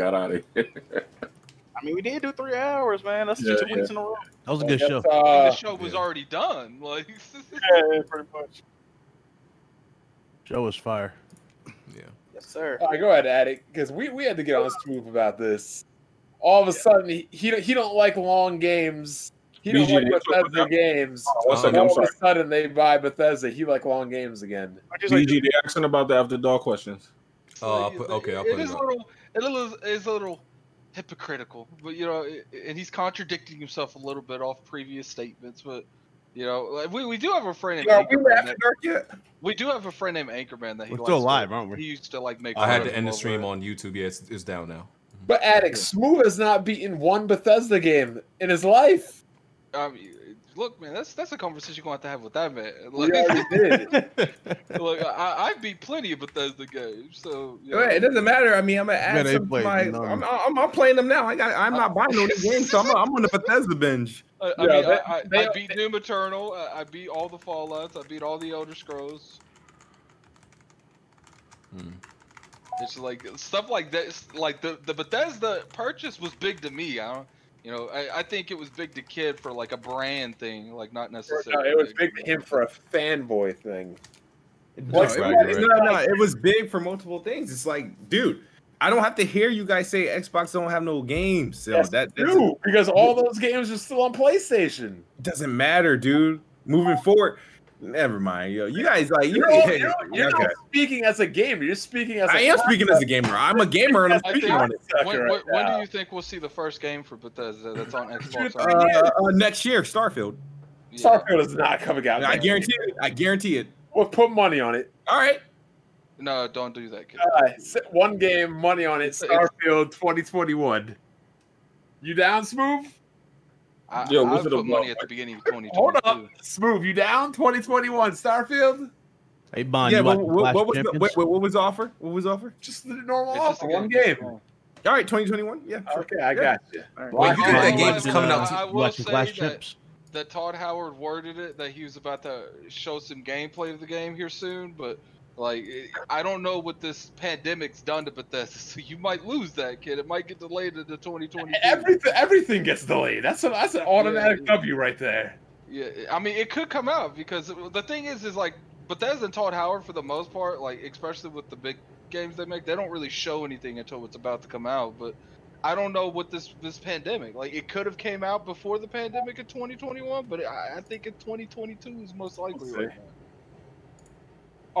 got out of here. I mean, we did do three hours, man. That's Yeah, two yeah. weeks in a row. That was a good show. That's, uh, the show was yeah. already done. Like, Yeah, yeah, pretty much. Show was fire. Yeah. Yes, sir. all right, go ahead, Addict, because we, we had to get on Stroop about this. All of a sudden, he, he don't- he don't like long games. He don't BG like didn't put Bethesda that- games. One Um, second, all I'm of sorry. a sudden, they buy Bethesda. He like long games again. I just like BG, they asking about the after dog questions. Oh, I'll put- okay, I'll it put it is a up. little, it is, it's a little hypocritical, but you know, i- and he's contradicting himself a little bit off previous statements. But you know, like, we, we do have a friend. named Anchorman that- dark yet? we do have a friend named Anchorman that he We're likes still to- live, aren't we? He used to like make. I had fun to of end the over stream it. on YouTube. Yeah, it's, it's down now. But Addict, Smooth has not beaten one Bethesda game in his life. I mean, look, man, that's that's a conversation you're gonna have to have with that man. We Like, already did. look, I, I beat plenty of Bethesda games, so you know. It doesn't matter. I mean, I'm gonna Yeah, add they some to played my. none. I'm, I'm, I'm playing them now. I got. I'm not buying no new games, so I'm, I'm on the Bethesda binge. I, I Yeah, mean, they- I, I, they- I beat Doom Eternal. I, I beat all the Fallout's. I beat all the Elder Scrolls. Hmm. It's like stuff like this. Like the the Bethesda purchase was big to me. I don't, you know, I, I think it was big to Kid for like a brand thing, like not necessarily. No, it was big to him for a fanboy thing. No, What's it, right, was, right. no, no, it was big for multiple things. It's like, dude, I don't have to hear you guys say Xbox don't have no games. So Yes, that that's- Dude, because all those games are still on PlayStation. doesn't matter, dude. Moving forward, never mind, yo. You guys like you. You're, all, yeah, you're, you're okay. not speaking as a gamer. You're speaking as a I am speaking as a gamer. I'm a gamer and I'm I speaking think- on it. When, when, when do you think we'll see the first game for Bethesda that's on Xbox? Uh, uh, next year, Starfield. Yeah. Starfield is not coming out. I man. guarantee it. I guarantee it. We'll put money on it. All right. No, don't do that, Kid. Uh, s- one game, money on it. It's- it's- Starfield 2021. You down, Smooth? I, Yo, I Wizard of put money Oz. at the beginning of 2022. Hold up, Smooth. You down? 2021 Starfield? Hey, Bond, yeah. you What, watching what, Clash what was the, Champions? what, what what was the offer? What was the offer? Just the normal It's just offer. a Oh, One game. game. All right, 2021. Yeah. Sure. Okay, I got you. Wait, you You watching- think that game's coming out? I you will Watching say Clash that- Champs. that Todd Howard worded it that he was about to show some gameplay of the game here soon, but like it, I don't know what this pandemic's done to Bethesda. So you might lose that kid. It might get delayed into 2022. Everything, everything gets delayed. That's a, that's an automatic Yeah. W right there. yeah, I mean it could come out because the thing is, is like Bethesda and Todd Howard for the most part, like especially with the big games they make, they don't really show anything until it's about to come out. But I don't know what this this pandemic like. It could have came out before the pandemic in 2021, but I, I think in 2022 is most likely. see. Right now. Oh,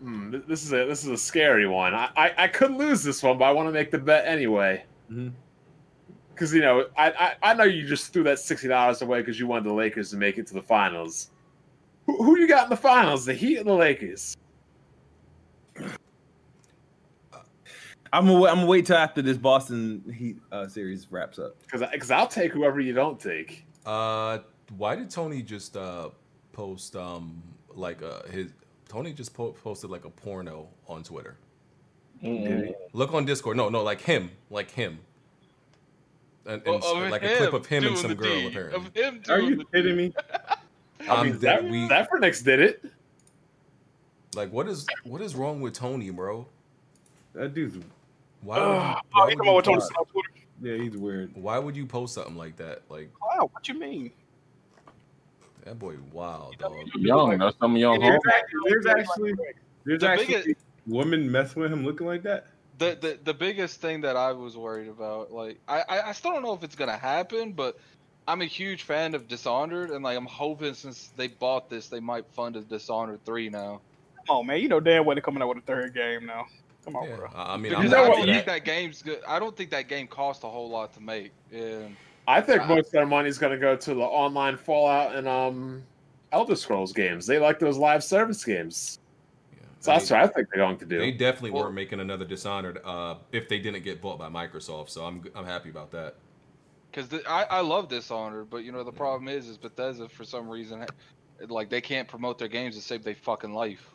Hmm, th- this is a this is a scary one. I, I, I could lose this one, but I want to make the bet anyway. Mm-hmm. Mhm. Because you know, I, I I know you just threw that sixty dollars away because you wanted the Lakers to make it to the finals. Who, who you got in the finals? The Heat and the Lakers. I'm gonna, wait- I'm gonna wait till after this Boston Heat uh, series wraps up. Because because I'll take whoever you don't take. Uh, why did Tony just uh post um like uh his Tony just po- posted like a porno on Twitter. Look on Discord. No, no, like him, like him. And, and Well, Oh, of like a clip of him and doing some the girl deed. apparently. Of him Are doing you the kidding me? I I'm mean, dead. Zeph- Um, We- Zephyrnix did it. Like what is what is wrong with Tony, bro? That dude's Why would you, Ugh. why Oh, would you come you over Tony post- Stark on Twitter? yeah, he's weird. why would you post something like that? Like Wow, what you mean? that boy wild dog. Young, that's some young. There's actually there's actually, there's The actually biggest- women messing with him looking like that. The, the the biggest thing that I was worried about, like I, I I still don't know if it's gonna happen, but I'm a huge fan of Dishonored, and like I'm hoping since they bought this, they might fund a Dishonored three now. Come on, man. You know damn well they're coming out with a third game now. Come on, Yeah, bro. I I mean, Because I'm I know what- not don't for think that. that game's good. I don't think that game cost a whole lot to make. And I think most of their money is going to go to the online Fallout and um Elder Scrolls games. They like those live service games. Yeah. So that's what I think they're going to do. They definitely Well- weren't making another Dishonored uh, if they didn't get bought by Microsoft. So I'm I'm happy about that. Because I I love Dishonored, but you know the problem is is Bethesda for some reason ha- like they can't promote their games to save their fucking life.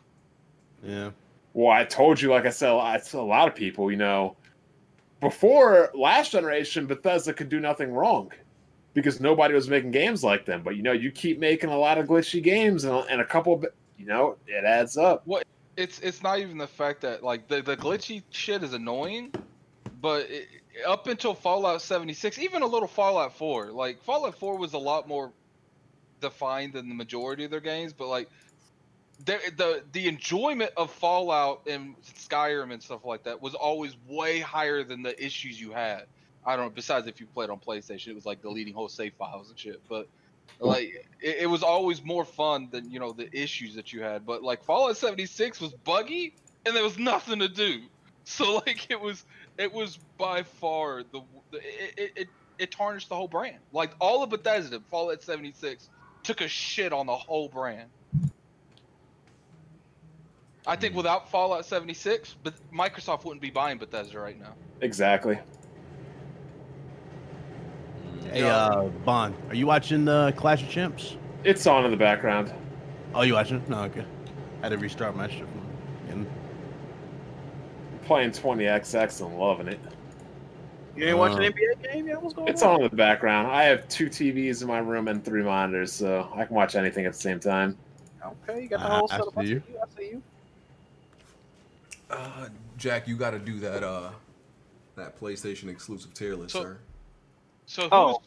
Yeah. Well, I told you, like I said, I told a lot of people, you know, before last generation, Bethesda could do nothing wrong because nobody was making games like them. But you know, you keep making a lot of glitchy games and, and a couple, of, you know, it adds up. It's it's not even the fact that like the the glitchy shit is annoying, but it, up until Fallout 76, even a little Fallout 4, like Fallout 4 was a lot more defined than the majority of their games, but like the the the enjoyment of Fallout and Skyrim and stuff like that was always way higher than the issues you had. I don't. Besides, if you played on PlayStation, it was like deleting whole save files and shit. But like, it, it was always more fun than you know the issues that you had. But like Fallout 76 was buggy and there was nothing to do. So like it was it was by far the the- it it, it, it tarnished the whole brand. Like all of Bethesda, Fallout 76 took a shit on the whole brand. I think without Fallout 76, but Microsoft wouldn't be buying Bethesda right now. Exactly. Hey, uh, Bond, are you watching uh, Clash of Champs? It's on in the background. Oh, you watching? it? No, okay. I had to restart my shit. And Playing 20XX and loving it. You ain't watching Uh, NBA game? Yeah, what's going It's on? on in the background. I have two TVs in my room and three monitors, so I can watch anything at the same time. Okay, you got the Uh, whole I setup. I see see you. you. I see you. Uh, Jack, you got to do that uh, that PlayStation exclusive tier list, So- sir. So who's, Oh.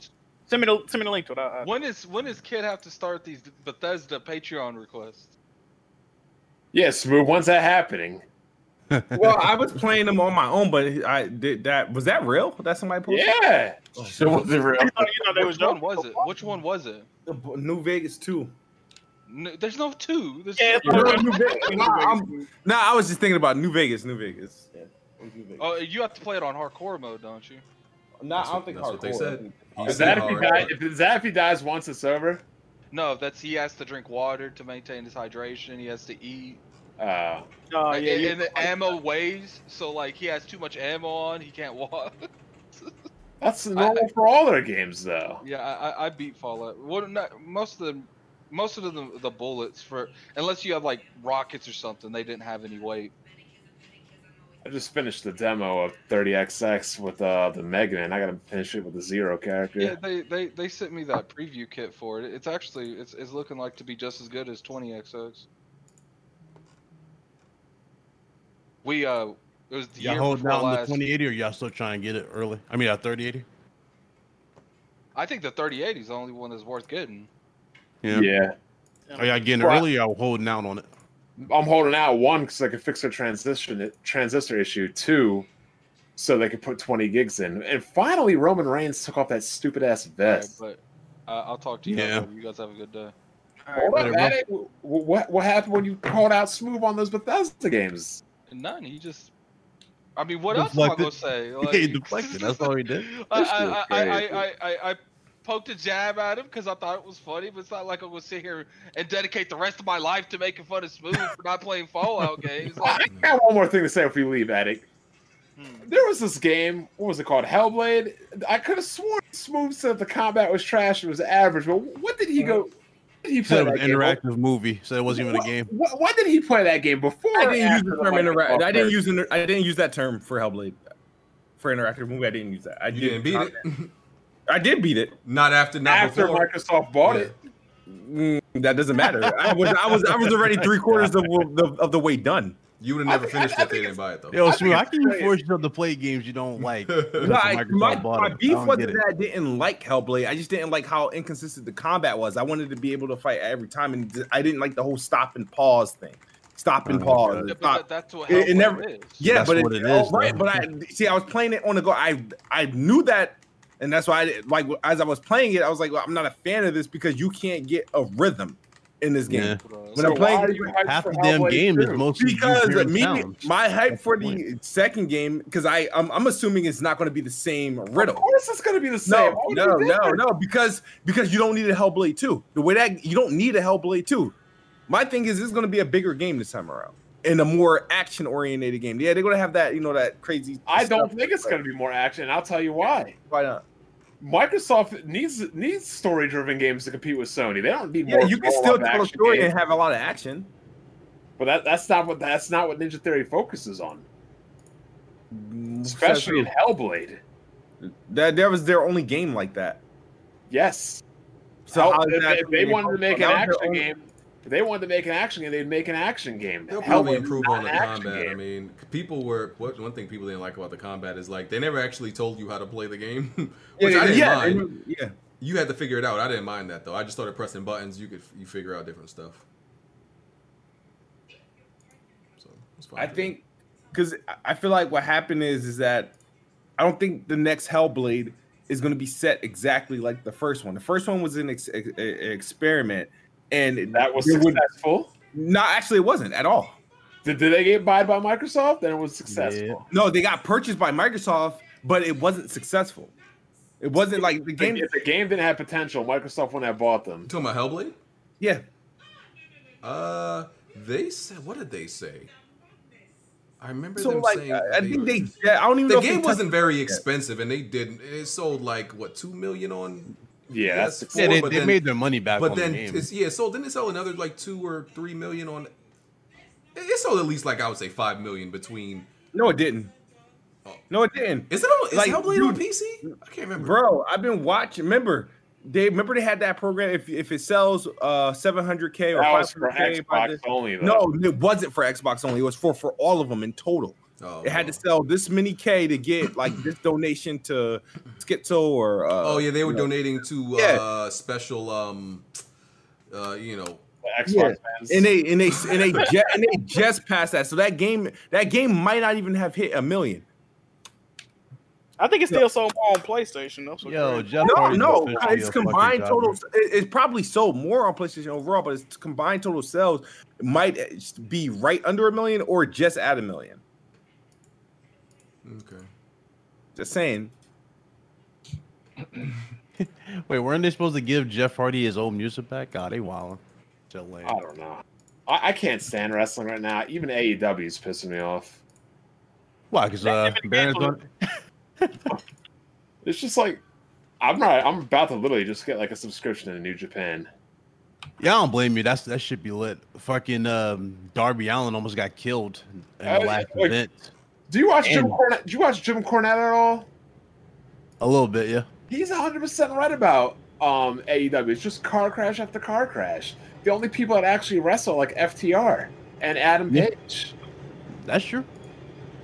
Send me the send me the link to it. I, I, when is when does Kid have to start these Bethesda Patreon requests? Yeah, Smooth, when's that happening? well, I was playing them on my own, but I did that. Was that real? That somebody posted? Yeah. So was it real? Oh, you know they was Which one joking. was it? Which one was it? New Vegas too. No, there's no two. There's Yeah, it's Nah, on New Vegas. I'm- nah, I was just thinking about New Vegas. New Vegas. Yeah. Oh, you have to play it on hardcore mode, don't you? Nah, That's what- that's what they said. You Is said that if he hard. dies? If, is that if he dies once it's over? No, that's he has to drink water to maintain his hydration. He has to eat. Uh, Oh yeah, and, you- and the ammo weighs, so like he has too much ammo on, he can't walk. That's normal for all their games, though. yeah, I, I, I beat Fallout. What not, most of the most of the the bullets for unless you have like rockets or something, they didn't have any weight. I just finished the demo of 30XX with uh, the Mega Man. I gotta finish it with the Zero character. Yeah, they, they they sent me that preview kit for it. It's actually it's, it's looking like to be just as good as 20XX. We uh it was the y'all year holding before out on the last. 2080 or y'all still trying to get it early? I mean, uh, a 3080? I think the 3080 is the only one that's worth getting. yeah. Are y'all getting it Well, I- early or y'all holding out on it? I'm holding out one because I can fix their transition transistor issue. Two, so they could put 20 gigs in. And finally, Roman Reigns took off that stupid ass vest. Alright, but uh, I'll talk to you. Yeah. Later. You guys have a good day. Hold up, Later, Maddie. Wh- wh- What what happened when you called out Smooth on those Bethesda games? None. He just. I mean, what else am I gonna Deflected. say? he deflected. That's all he did. I, This dude's I, I, crazy. I, I, I, I poked a jab at him because I thought it was funny, but it's not like I'm gonna sit here and dedicate the rest of my life to making fun of Smooth for not playing Fallout games. I Like, got one more thing to say if we leave, Attic. hmm. There was this game. What was it called? Hellblade. I could have sworn Smooth said the combat was trash and was average. But what did he go? Hmm. what Did he play Said it that was an game? interactive movie, so it wasn't even a What- game. What, when did he play that game before? I or didn't use after the term Microsoft interactive. I didn't merger? use inter- I didn't use that term for Hellblade for interactive movie. I didn't use that. I You didn't beat it. I did beat it. Not after. Not after before. Microsoft bought Yeah. it. Mm, that doesn't matter. I was I was I was already three quarters of the of the way done. You would I have never think- I- finished I it if they think didn't buy it though. Yo, Smooth, it's how can you crazy. force yourself to play games you don't like? just 'cause Like, my, Microsoft bought my it? I beef don't get wasn't it. that I didn't like Hellblade. I just didn't like how inconsistent the combat was. I wanted to be able to fight every time, and d- I didn't like the whole stop and pause thing. Stop and Oh, pause. God. and Yeah, stop. but that, that's what It- it Hellblade never- is. Yeah, That's but what it, it is, oh, right, though. but I see. I was playing it on the go. I I knew that, and that's why, I, like, as I was playing it, I was like, well, I'm not a fan of this because you can't get a rhythm in this game. Yeah. When So I'm playing, why are you hyped Half for the damn Hellblade game is 2? mostly you because hearing me, sounds. my hype That's for the the second game, because I I'm, I'm assuming it's not going to be the same Of riddle. course, it's gonna be the same. No, Why would it no, be no, different? no, because because you don't need a Hellblade two. The way that you don't need a Hellblade two. My thing is, it's going to be a bigger game this time around. in a more action oriented game. Yeah, they're gonna have that, you know, that crazy. I don't stuff, think it's but going to be more action, and I'll tell you why. Why not? Microsoft needs needs story driven games to compete with Sony. They don't need more. Yeah, you can still roll-up tell a action story games. and have a lot of action. But that, that's not what that's not what Ninja Theory focuses on, especially in Hellblade. that that was their only game like that. Yes. So Hell- how is if, that if they really wanted to make an functional? That was action their only- game, if they wanted to make an action game, they'd make an action game. They'll probably Hellblade's improve not on the an action combat. I game. mean, people were what one thing people didn't like about the combat is like they never actually told you how to play the game, which I didn't yeah, mind. and- yeah. You had to figure it out. I didn't mind that though. I just started pressing buttons. You could you figure out different stuff. So it's fine. I think because I feel like what happened is is that I don't think the next Hellblade is going to be set exactly like the first one. The first one was an ex- ex- e- experiment, and That was it would- successful. no, actually, it wasn't at all. Did, did they get bought by Microsoft? Then it was successful. No, they got purchased by Microsoft, but it wasn't successful. It wasn't like the game. If the game didn't have potential, Microsoft wouldn't have bought them. you talking about Hellblade. Yeah, Uh, they said what did they say? I remember so them like saying I, I think were- they. Yeah, I don't even the know if game they wasn't touched- very expensive, and they did. It sold like what two million on, Yeah, that's Yes. successful. Yeah, they, But they then- made their money back but on then the game. it's, yeah, it sold. Didn't it sell another like two or three million on? It it sold at least like I would say five million between. No, it didn't. No, it didn't. Is it on? Is Like, Hellblade on dude, PC? I can't remember. bro i've been watching remember they remember they had that program if if it sells uh 700k or That was for 500K, Xbox only. Though. no it wasn't for xbox only it was for for all of them in total oh, it had to well. sell this many k to get like this donation to schizo or uh Oh yeah, they were you know. donating to Yeah. uh special um, uh you know The Xbox Yeah. fans. and they and they and they ju- and they just passed that so that game that game might not even have hit a million I think it's still sold more on PlayStation though. So Yo, great. Jeff No, Hardy's no, officially a it's fucking combined god. total. it- It's probably sold more on PlayStation overall, but its combined total sales might eh, be right under a million or just at a million. okay. Just saying. Wait, weren't they supposed to give Jeff Hardy his old music back? God, they wildin'. Still lame. Oh. I don't know. I, I can't stand wrestling right now. Even AEW is pissing me off. Why? Because uh, That's even Baron's canceled. gonna- It's just like I'm not. I'm about to literally just get like a subscription to New Japan. yeah, I don't blame you. That's that should be lit. Fucking um, Darby Allen almost got killed in Uh, the last like- event. Do you watch Jim And- Cornette? Do you watch Jim Cornette at all? A little bit, yeah. He's 100 percent right about um AEW. It's just car crash after car crash. The only people that actually wrestle are, like FTR and Adam Yeah. Page. That's true.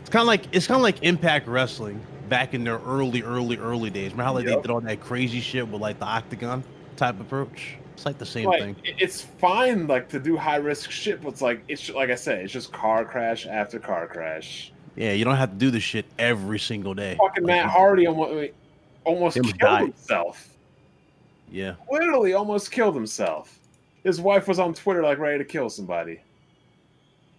It's kind of like it's kind of like Impact Wrestling back in their early, early, early days. Remember how like, they Yep. did all that crazy shit with like the Octagon type approach? It's like the same Like thing. it- it's fine like to do high risk shit, but it's like it's ju- like I said, it's just car crash after car crash. Yeah, you don't have to do this shit every single day. fucking Like, Matt Hardy almost, almost Him killed died. himself. Yeah, Literally almost killed himself. His wife was on Twitter like ready to kill somebody.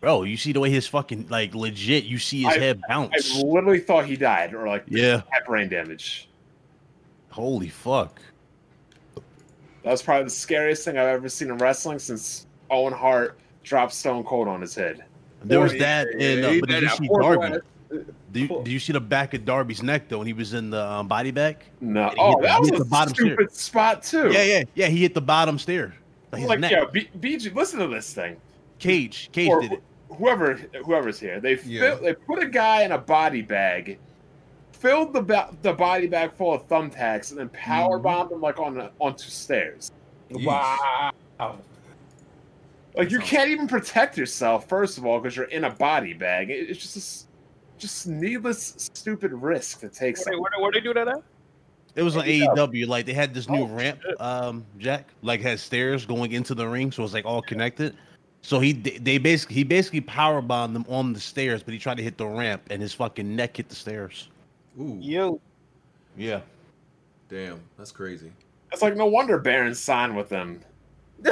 bro, you see the way his fucking like legit. You see his I- head I bounce. literally thought he died or like yeah, had brain damage. holy fuck. That was probably the scariest thing I've ever seen in wrestling since Owen Hart dropped Stone Cold on his head. There was Or- that, and uh, Ain't but did that you a see horrible Darby? Do you, uh, Cool. do you see the back of Darby's neck though when he was in the um, body bag? No, hit oh, the- that he was hit a the bottom stupid tier. spot too. Yeah, yeah, yeah. He hit the bottom stair. Like his Like, neck. yeah, B- BG, listen to this thing. Cage, Cage or did it. wh- whoever whoever's here. They Yeah. fill, they put a guy in a body bag, filled the ba- the body bag full of thumbtacks, and then power bombed him like on the- onto stairs. Yeesh. Like you Sounds- can't even protect yourself first of all because you're in a body bag. It- it's just a s- just needless stupid risk to take. Where, they- someone. where, they- where they do that at? It was on Maybe not. AEW. Like they had this new Oh, ramp, um, Jack, like had stairs going into the ring, so it's like all connected. So he they basically he basically power bombed them on the stairs, but he tried to hit the ramp and his fucking neck hit the stairs. Ooh, Yo, Yeah. damn, that's crazy. It's like no wonder Baron signed with them. Yo,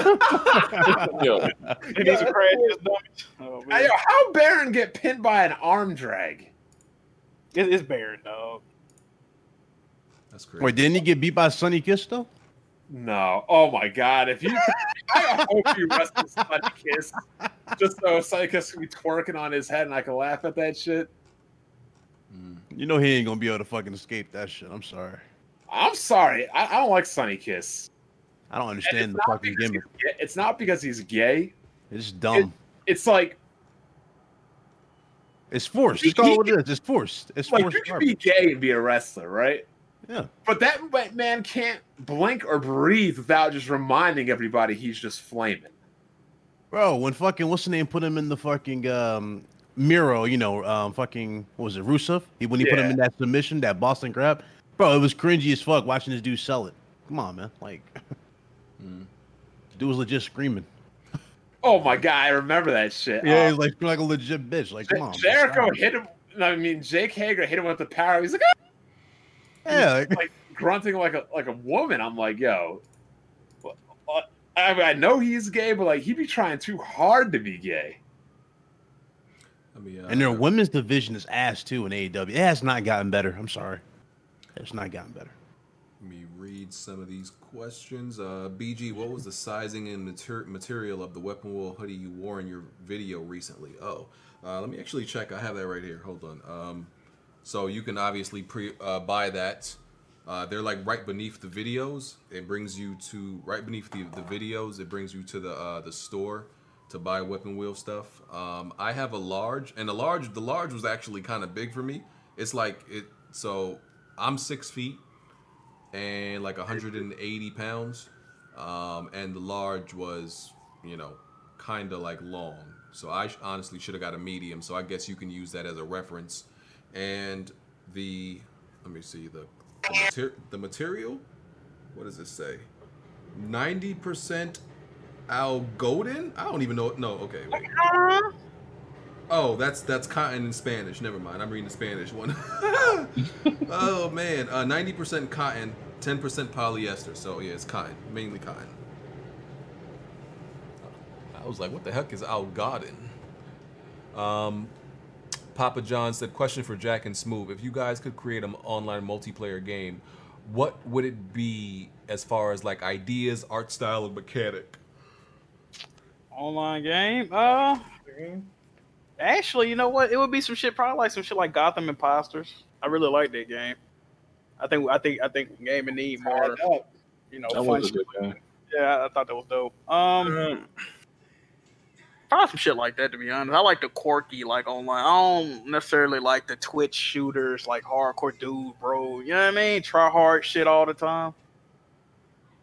he needs to crash his dummy. Oh, Hey, man. yo, how Baron get pinned by an arm drag? It, it's Baron, dog. That's crazy. Wait, didn't he get beat by Sonny Kiss though? No. Oh my God. If you, I hope you wrestle Sonny Kiss just so Psychus can be twerking on his head and I can laugh at that shit. Mm, You know he ain't gonna be able to fucking escape that shit. I'm sorry. I'm sorry. I, I don't like Sonny Kiss. I don't And understand the it's, not fucking because gimmick. he's ga- it's not because he's gay. It's dumb. It's like, it's forced. he- Just call he- it what it is. It's forced. It's like forced. you can garbage. be gay and be a wrestler, right? Yeah. But that ma- man can't blink or breathe without just reminding everybody he's just flaming. Bro, when fucking what's the name put him in the fucking um Miro, you know, um fucking what was it, Rusev? He when he put him Yeah. in that submission, that Boston grab, bro, it was cringy as fuck watching this dude sell it. Come on, man. Like Mm. dude was legit screaming. Oh my God. I remember that shit. Yeah, Uh, he's like like a legit bitch. Like, come on. man, Jericho stop. hit him. I mean, Jake Hager hit him with the power. He's like, Yeah, like, like grunting like a like a woman. I'm like, yo, what- what- I, mean, I know he's gay, but like he be trying too hard to be gay. Let me, uh, and their women's division is ass too in AEW. It has not gotten better. I'm sorry. It's not gotten better. Let me read some of these questions. Uh, BG, what was the sizing and mater- material of the weapon wool hoodie you wore in your video recently? Oh, uh, let me actually check. I have that right here. Hold on. Um, so you can obviously pre uh, buy that. Uh, they're like right beneath the videos. It brings you to right beneath the, the videos. It brings you to the uh, the store to buy weapon wheel stuff. Um, I have a large, and the large the large was actually kind of big for me. It's like it. So I'm six feet and like 180 pounds. Um, and the large was, you know, kind of like long. So I sh- honestly should have got a medium. So I guess you can use that as a reference. And the, let me see, the, the, mater- the material, what does it say? 90% Al Golden? I don't even know. No, okay, wait. Oh, that's that's cotton in Spanish. Never mind. I'm reading the Spanish one. oh man, uh, 90% cotton, 10% polyester. So yeah, it's cotton, mainly cotton. I was like, what the heck is Al Garden? Um, Papa John said, question for Jack and Smooth. If you guys could create an online multiplayer game, what would it be as far as like ideas, art style, and mechanic? Online game. Uh, actually, you know what? It would be some shit. Probably like some shit like Gotham Imposters. I really like that game. I think I think I think gaming need more. You know, fun shit. Yeah, I thought that was dope. Um, probably some shit like that. To be honest, I like the quirky like online. I don't necessarily like the Twitch shooters like hardcore dude, bro. You know what I mean? Try hard shit all the time.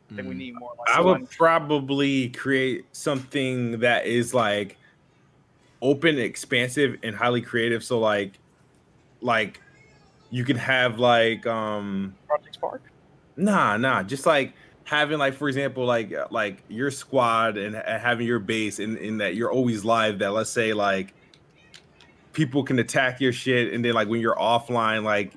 I think we Mm. need more. Like, I fun would probably create something that is like open, expansive, and highly creative. So like, like you can have like um Project Spark. Nah, nah. Just like having like for example like uh, like your squad and uh, having your base and in that you're always live that let's say like people can attack your shit and then like when you're offline like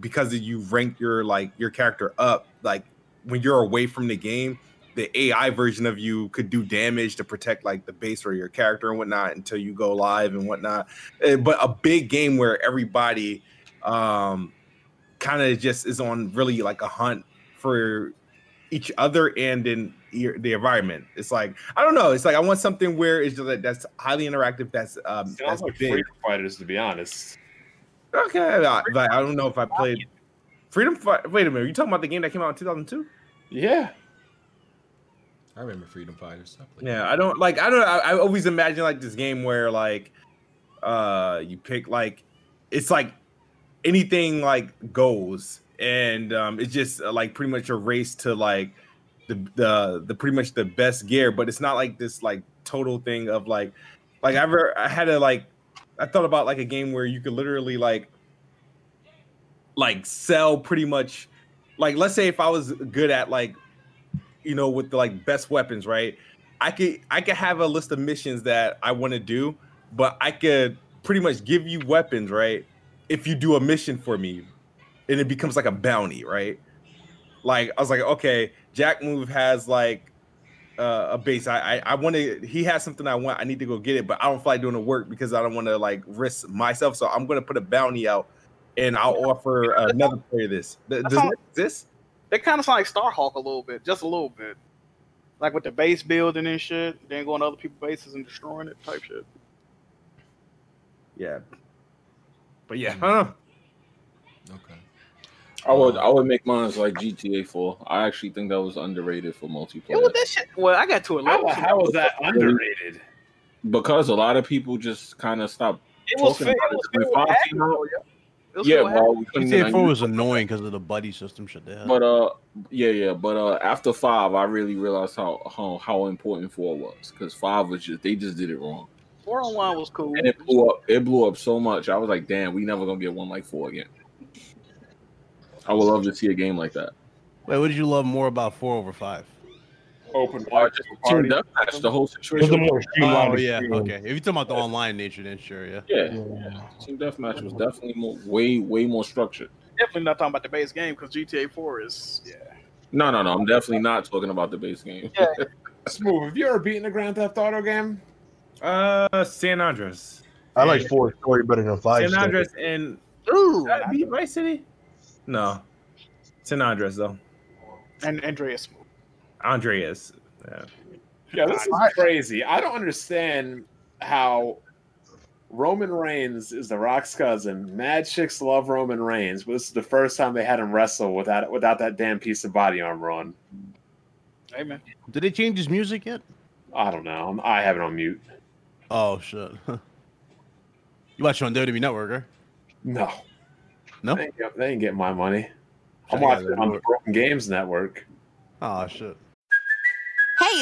because you rank your like your character up like when you're away from the game the AI version of you could do damage to protect like the base or your character and whatnot until you go live and whatnot. Uh, But a big game where everybody um kind of just is on really like a hunt for each other and in ear- the environment. It's like I don't know. It's like I want something where it's just like, that's highly interactive. That's um, Sounds that's like big. freedom fighters, to be honest. Okay, I, but I don't know if I played Freedom Fight. Wait a minute, are you talking about the game that came out in 2002? Yeah, I remember Freedom Fighters. I played Yeah, I don't like. I don't. I, I always imagine like this game where like, uh, you pick like, it's like anything like goes, and um, it's just uh, like pretty much a race to like the the the pretty much the best gear, but it's not like this like total thing of like, like I ever I had a like, I thought about like a game where you could literally like, like sell pretty much, like let's say if I was good at like, you know, with the like best weapons, right? I could I could have a list of missions that I want to do, but I could pretty much give you weapons, right? If you do a mission for me, and it becomes like a bounty, right? Like I was like, okay, Jack Move has like uh, a base. I I, I want to. He has something I want. I need to go get it, but I don't feel like doing the work because I don't want to like risk myself. So I'm gonna put a bounty out, and I'll offer another player this. Th- Does all- it exist? They kind of sound like Starhawk a little bit, just a little bit, like with the base building and shit, then going to other people's bases and destroying it type shit. Yeah. Hmm. But yeah, I don't know. Okay. I would I would make mine as like GTA 4. I actually think that was underrated for Yeah, well, multiplayer that shit. Well, I got to a How, level. how is that underrated? because a lot of people just kind of stopped. it was talking fit. It about was it. fit When with Fox action, came out- though, yeah. It was Yeah, fit with action. well, we couldn't GTA even- 4 was annoying because of the buddy system shit. They had. But uh, yeah, yeah. But uh, after five, I really realized how how, how important four was because five was just they just did it wrong four on one was cool. and it blew up. It blew up so much. I was like, damn, we never gonna get one like four again. I would love to see a game like that. Wait, what did you love more about 4 over 5? Open Or wide just party. team deathmatch, the whole It was a situation. more streamlined Oh, yeah. experience. Okay. If you're talking about the online nature, then sure, yeah. Yeah, team deathmatch was definitely more, way way more structured. Definitely not talking about the base game because GTA Four is yeah. No, no, no. I'm definitely not talking about the base game. Smooth. Have you ever beaten a Grand Theft Auto game? Uh, San Andres. I like four story better than five. San story. Andres and Ooh, Did I beat Vice City. No, San Andres though. and Andreas. Andreas. Yeah. Yeah, this is crazy. I don't understand how Roman Reigns is the Rock's cousin. Mad chicks love Roman Reigns, but this is the first time they had him wrestle without without that damn piece of body armor on. Amen. Did they change his music yet? I don't know. I'm- I have it on mute. Oh, shit. you watch it on WWE Network, right? No, No? they ain't, get- they ain't getting my money. I'm Yeah, watching they it on the would. Broken Games Network. Oh, shit. Hey,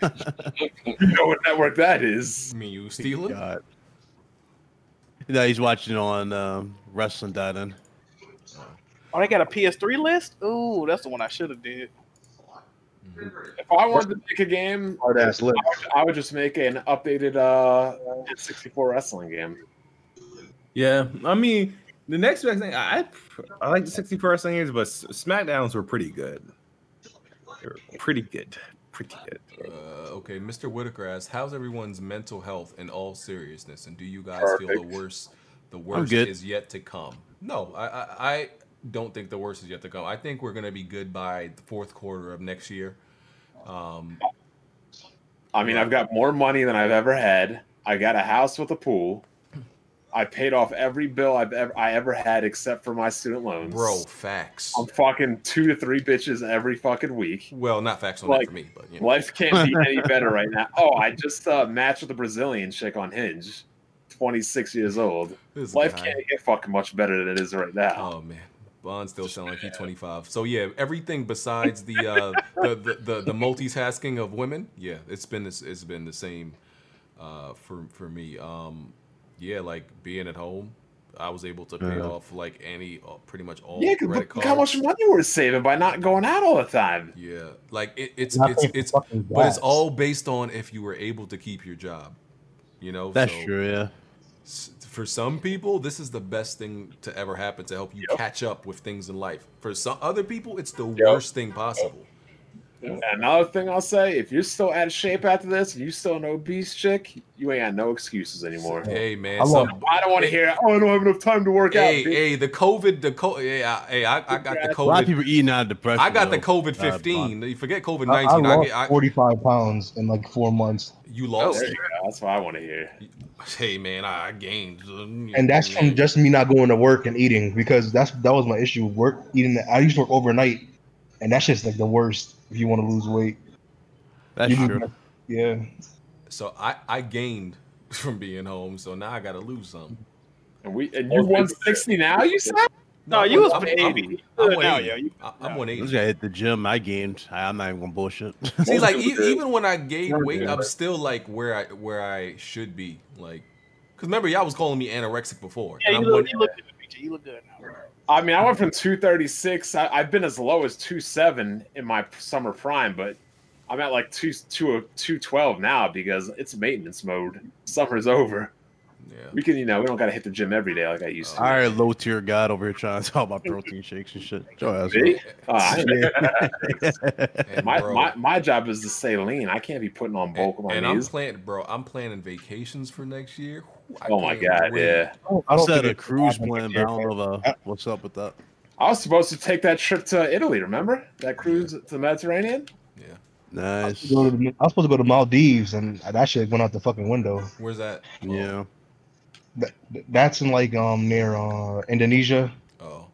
You know what network that is? I mean, you stealing? God. No, he's watching on um, Wrestling Dine. Oh, they got a PS3 list. Ooh, that's the one I should have did. If I wanted to make a game, Hard ass lip. I would just make an updated uh, 64 wrestling game. Yeah. I mean, the next best thing I I like the 61st thing is, but S- Smackdowns were pretty good. They were pretty good. Pretty good. Uh, okay, Mr. Whitaker asks, "How's everyone's mental health in all seriousness, and do you guys feel Perfect. the worst? The worst good. is yet to come." No, I, I, I don't think the worst is yet to come. I think we're gonna be good by the fourth quarter of next year. Um, I mean, I've got more money than I've ever had. I got a house with a pool. I paid off every bill I've ever I ever had except for my student loans. bro, facts. I'm fucking two to three bitches every fucking week. Well, not facts on Like, that for me, but you know. Life can't be any better right now. Oh, I just uh, matched with a Brazilian chick on Hinge, 26 years old. This Life guy. can't get fucking much better than it is right now. Oh man, Bond still sound like he's 25. So yeah, everything besides the uh, the, the, the the multitasking of women, yeah, it's been this it's been the same uh, for for me. Um, yeah, like being at home, I was able to pay off like any uh, pretty much all yeah, 'cause credit look cards. how much money we're saving by not going out all the time. Yeah, like it, it's Not it's paying it's fucking but it's gas. all based on if you were able to keep your job. You know, That's So- true, yeah. s- for some people, this is the best thing to ever happen to help you catch up with things in life. For some other people, it's the worst thing possible. Another thing I'll say, if you're still out of shape after this, you still an obese chick, you ain't got no excuses anymore. Hey man, I love- some- I don't want to hear, oh, I don't have enough time to work hey out. bitch." hey the COVID the co- yeah hey I, I got the A lot of COVID people eating out of depression. I got the though. COVID Uh, fifteen. You forget COVID I, I nineteen. I, lost get I, 45 pounds in like four months, you Oh, lost. there you go. That's what I want to hear. Hey man, I I gained. and that's from just me not going to work and eating because that's that was my issue. Work eating. I used to work overnight, and that's just like the worst if you want to lose weight. That's You- true. Yeah, so I I gained from being home. So now I got to lose some. And we and you won sixty now, you said? No, you was 80. You I'm, good now, i yo. You- I'm one This eighty. guy hit the gym. I gamed. I, I'm not even gonna bullshit. See, Most like e- people did. even when I gave Yeah, weight, yeah. I'm still like where I where I should be. Like, cause remember y'all was calling me anorexic before. Yeah, and you I'm look, one- you look good, PG. You look good now. I mean, I went from 236. I, I've been as low as 27 in my summer prime, but I'm at like two, two, 212 now because it's maintenance mode. Summer's over. Yeah. We can, you know, we don't got to hit the gym every day like I used to. All right, low tier god over here trying to talk about protein shakes and shit. Joe ass Me? up. Ah, I- Yeah. my, bro. my my job is to stay lean. I can't be putting on bulk on and my I'm knees. planning, bro. I'm planning vacations for next year. Whew, I Oh my can't god, wait. yeah. I said a cruise plan, but I don't know about what's up with that. I was supposed to take that trip to Italy. Remember that cruise to the Mediterranean? Nice. Go to the- I was supposed to go to Maldives, and that shit went out the fucking window. Where's that? Yeah. That, that's in like um near uh, Indonesia. Oh.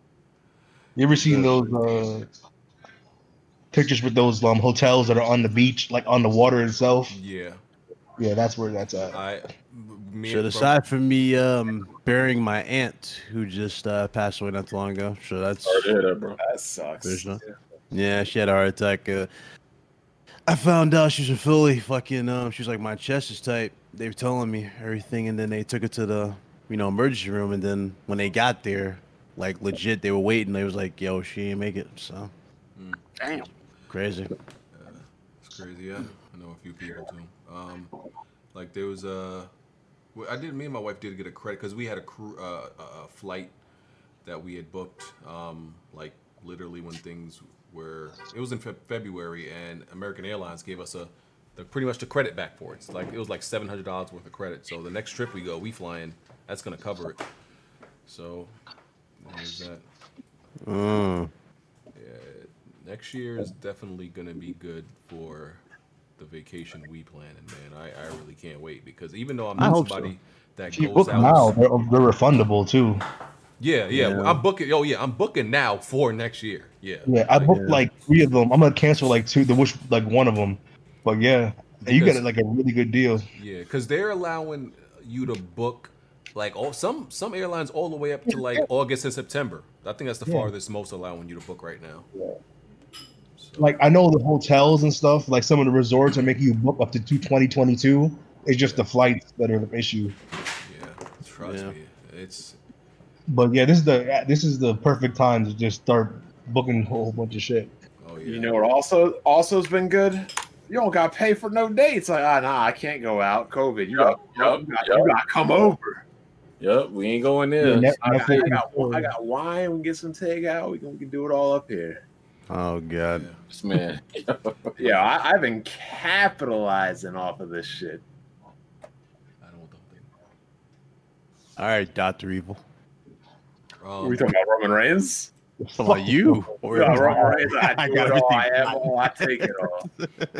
You ever seen those uh, pictures with those um hotels that are on the beach, like on the water itself? Yeah. Yeah, that's where that's at. I me Should and- aside from me um burying my aunt who just uh, passed away not too long ago. So that's That sucks. Krishna. Yeah, she had a heart attack. Uh, I found out she was a Philly. Fucking, um, she was like, my chest is tight. They were telling me everything, and then they took her to the, you know, emergency room. And then when they got there, like legit, they were waiting. They was like, yo, she ain't make it. So Damn. crazy. It's crazy, yeah. I know a few people too. Um, like there was a, well, I did. Me and my wife did get a credit because we had a crew, uh, a- a flight that we had booked. Um, like literally when things were, it was in Feb February, and American Airlines gave us a, the, pretty much the credit back for it. It's like it was like seven hundred dollars worth of credit. So the next trip we go, we flying. That's gonna cover it. So, there's that. Mm. Yeah, next year is definitely gonna be good for the vacation we planning, man. I, I really can't wait because even though I'm I not hope somebody that If you goes book out, now, Oh, they're, they're refundable too. yeah, yeah, Yeah. I'm booking. Oh yeah, I'm booking now for next year. Yeah, Yeah, I booked like three of them. I'm gonna cancel like two, the which like one of them. But yeah, and you Because- get like a really good deal. yeah, because they're allowing you to book like all some some airlines all the way up to like August and September. I think that's the Yeah. farthest most allowing you to book right now. Like I know the hotels and stuff, like some of the resorts are making you book up to 220, 22. It's just the flights that are the issue. Yeah, trust Yeah. me, it's But yeah, this is the this is the perfect time to just start booking a whole bunch of shit. oh yeah. You know what also also has been good? You don't got to pay for no dates. Like, ah, nah, I can't go out. COVID. You got you got you got to come over. Yep, we ain't going there. Yeah, that- I that's got, I, what- got, I got wine. We can get some takeout. We can, we can do it all up here. Oh god. This man. Yeah, I, I've been capitalizing off of this shit. I don't think. All right, Doctor Evil. Are we Um, talking about Roman Reigns? How about you? Or- Yeah, Roman Reigns. I, I do got it all. I everything. have all. I take it all.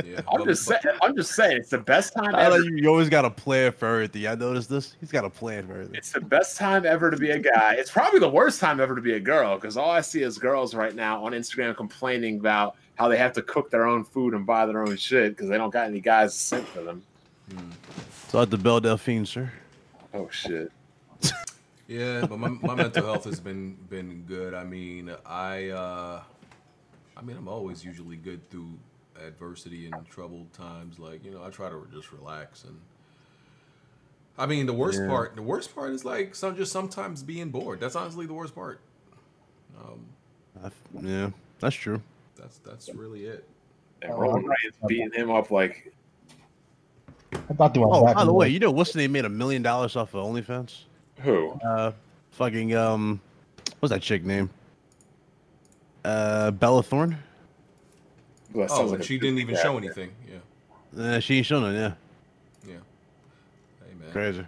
yeah, I'm just saying. I'm just saying. It's the best time I ever. like you, you always got a plan for everything. I noticed this. He's got a plan for everything. It's the best time ever to be a guy. It's probably the worst time ever to be a girl because all I see is girls right now on Instagram complaining about how they have to cook their own food and buy their own shit because they don't got any guys to send for them. So at the Belle Delphine, sir. Oh shit! Yeah, but my, my mental health has been been good. I mean, I uh, I mean, I'm always usually good through adversity and troubled times. Like you know, I try to just relax and. I mean, the worst Yeah. part. The worst part is like some just sometimes being bored. That's honestly the worst part. Um, I, yeah, that's true. That's that's really it. And Oh, Roman Reigns beating him up like I thought they were Oh, back by the and way, forth. you know what's the name made a million dollars off of OnlyFans? who? Uh, fucking um, what's that chick name? Uh, Bella Thorne. That Oh, sounds and a- she didn't even show anything. Yeah, Uh, she ain't showing it. Yeah, hey man. crazy.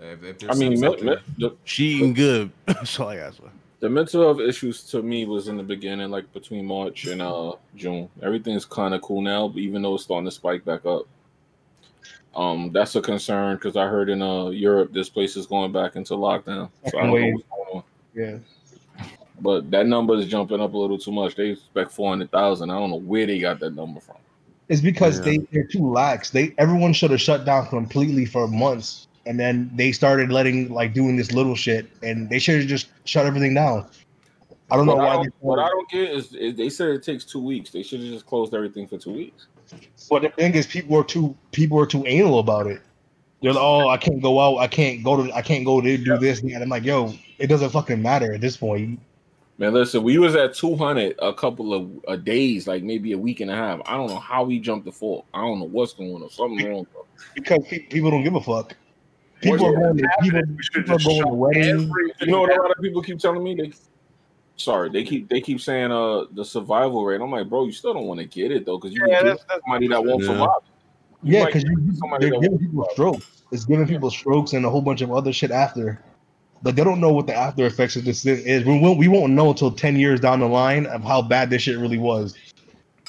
If, if I there's mean, me- something- me- the, She eating good. That's all I got. So. the mental health issues to me was in the beginning, like between March and uh June. Everything's kind of cool now, but even though it's starting to spike back up. Um, that's a concern because I heard in uh Europe this place is going back into lockdown. So I don't know Wave. what's going on. yeah, But that number is jumping up a little too much. They expect four hundred thousand. I don't know where they got that number from. it's because Yeah. they they're too lax. They everyone should have shut down completely for months, and then they started letting like doing this little shit, and they should have just shut everything down. I don't know What I why. don't, they- what I don't get is, is they said it takes two weeks. They should have just closed everything for two weeks. But the thing is, people are too people are too anal about it. They're like, oh, I can't go out, I can't go to, I can't go to do this. And I'm like, yo, it doesn't fucking matter at this point. Man, listen, we was at 200 a couple of uh, days, like maybe a week and a half. I don't know how we jumped the four. I don't know what's going on. Something wrong. Bro. Because pe- people don't give a fuck. People are going to people, people are going to weddings. You know what a lot of people keep telling me? They sorry, they keep they keep saying uh the survival rate. I'm like, bro, you still don't want to get it though, because you Yeah, yeah, that's- that's- somebody that won't Yeah. survive. Yeah, might because get they're somebody that giving won't people strokes. It's giving people strokes and a whole bunch of other shit after. But they don't know what the after effects of this thing is. We won't, we won't know until 10 years down the line of how bad this shit really was.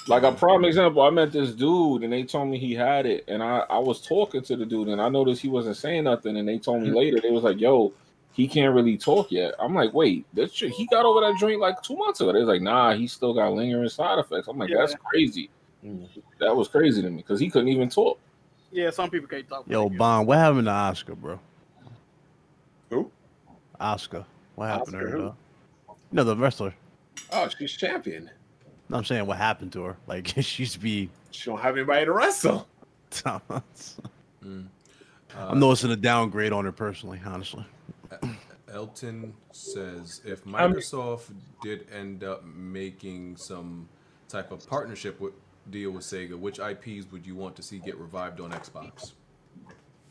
Like a prime example, I met this dude and they told me he had it, and I I was talking to the dude and I noticed he wasn't saying nothing, and they told me later they was like, "Yo, he can't really talk yet." I'm like, "Wait, that shit, he got over that joint like two months ago." They was like, "Nah, he still got lingering side effects." I'm like, Yeah. "That's crazy." That was crazy to me because he couldn't even talk. Yeah, some people can't talk. Yo, Bond, what happened to Oscar, bro? Who? Oscar. What happened Oscar to her, who? dog? You know, the wrestler. Oh, she's champion. No, I'm saying what happened to her. Like, she used to be. She don't have anybody to wrestle. Uh, uh, I'm noticing a downgrade on her personally, honestly. Elton says if I'm- Microsoft did end up making some type of partnership with deal with Sega, which IPs would you want to see get revived on Xbox?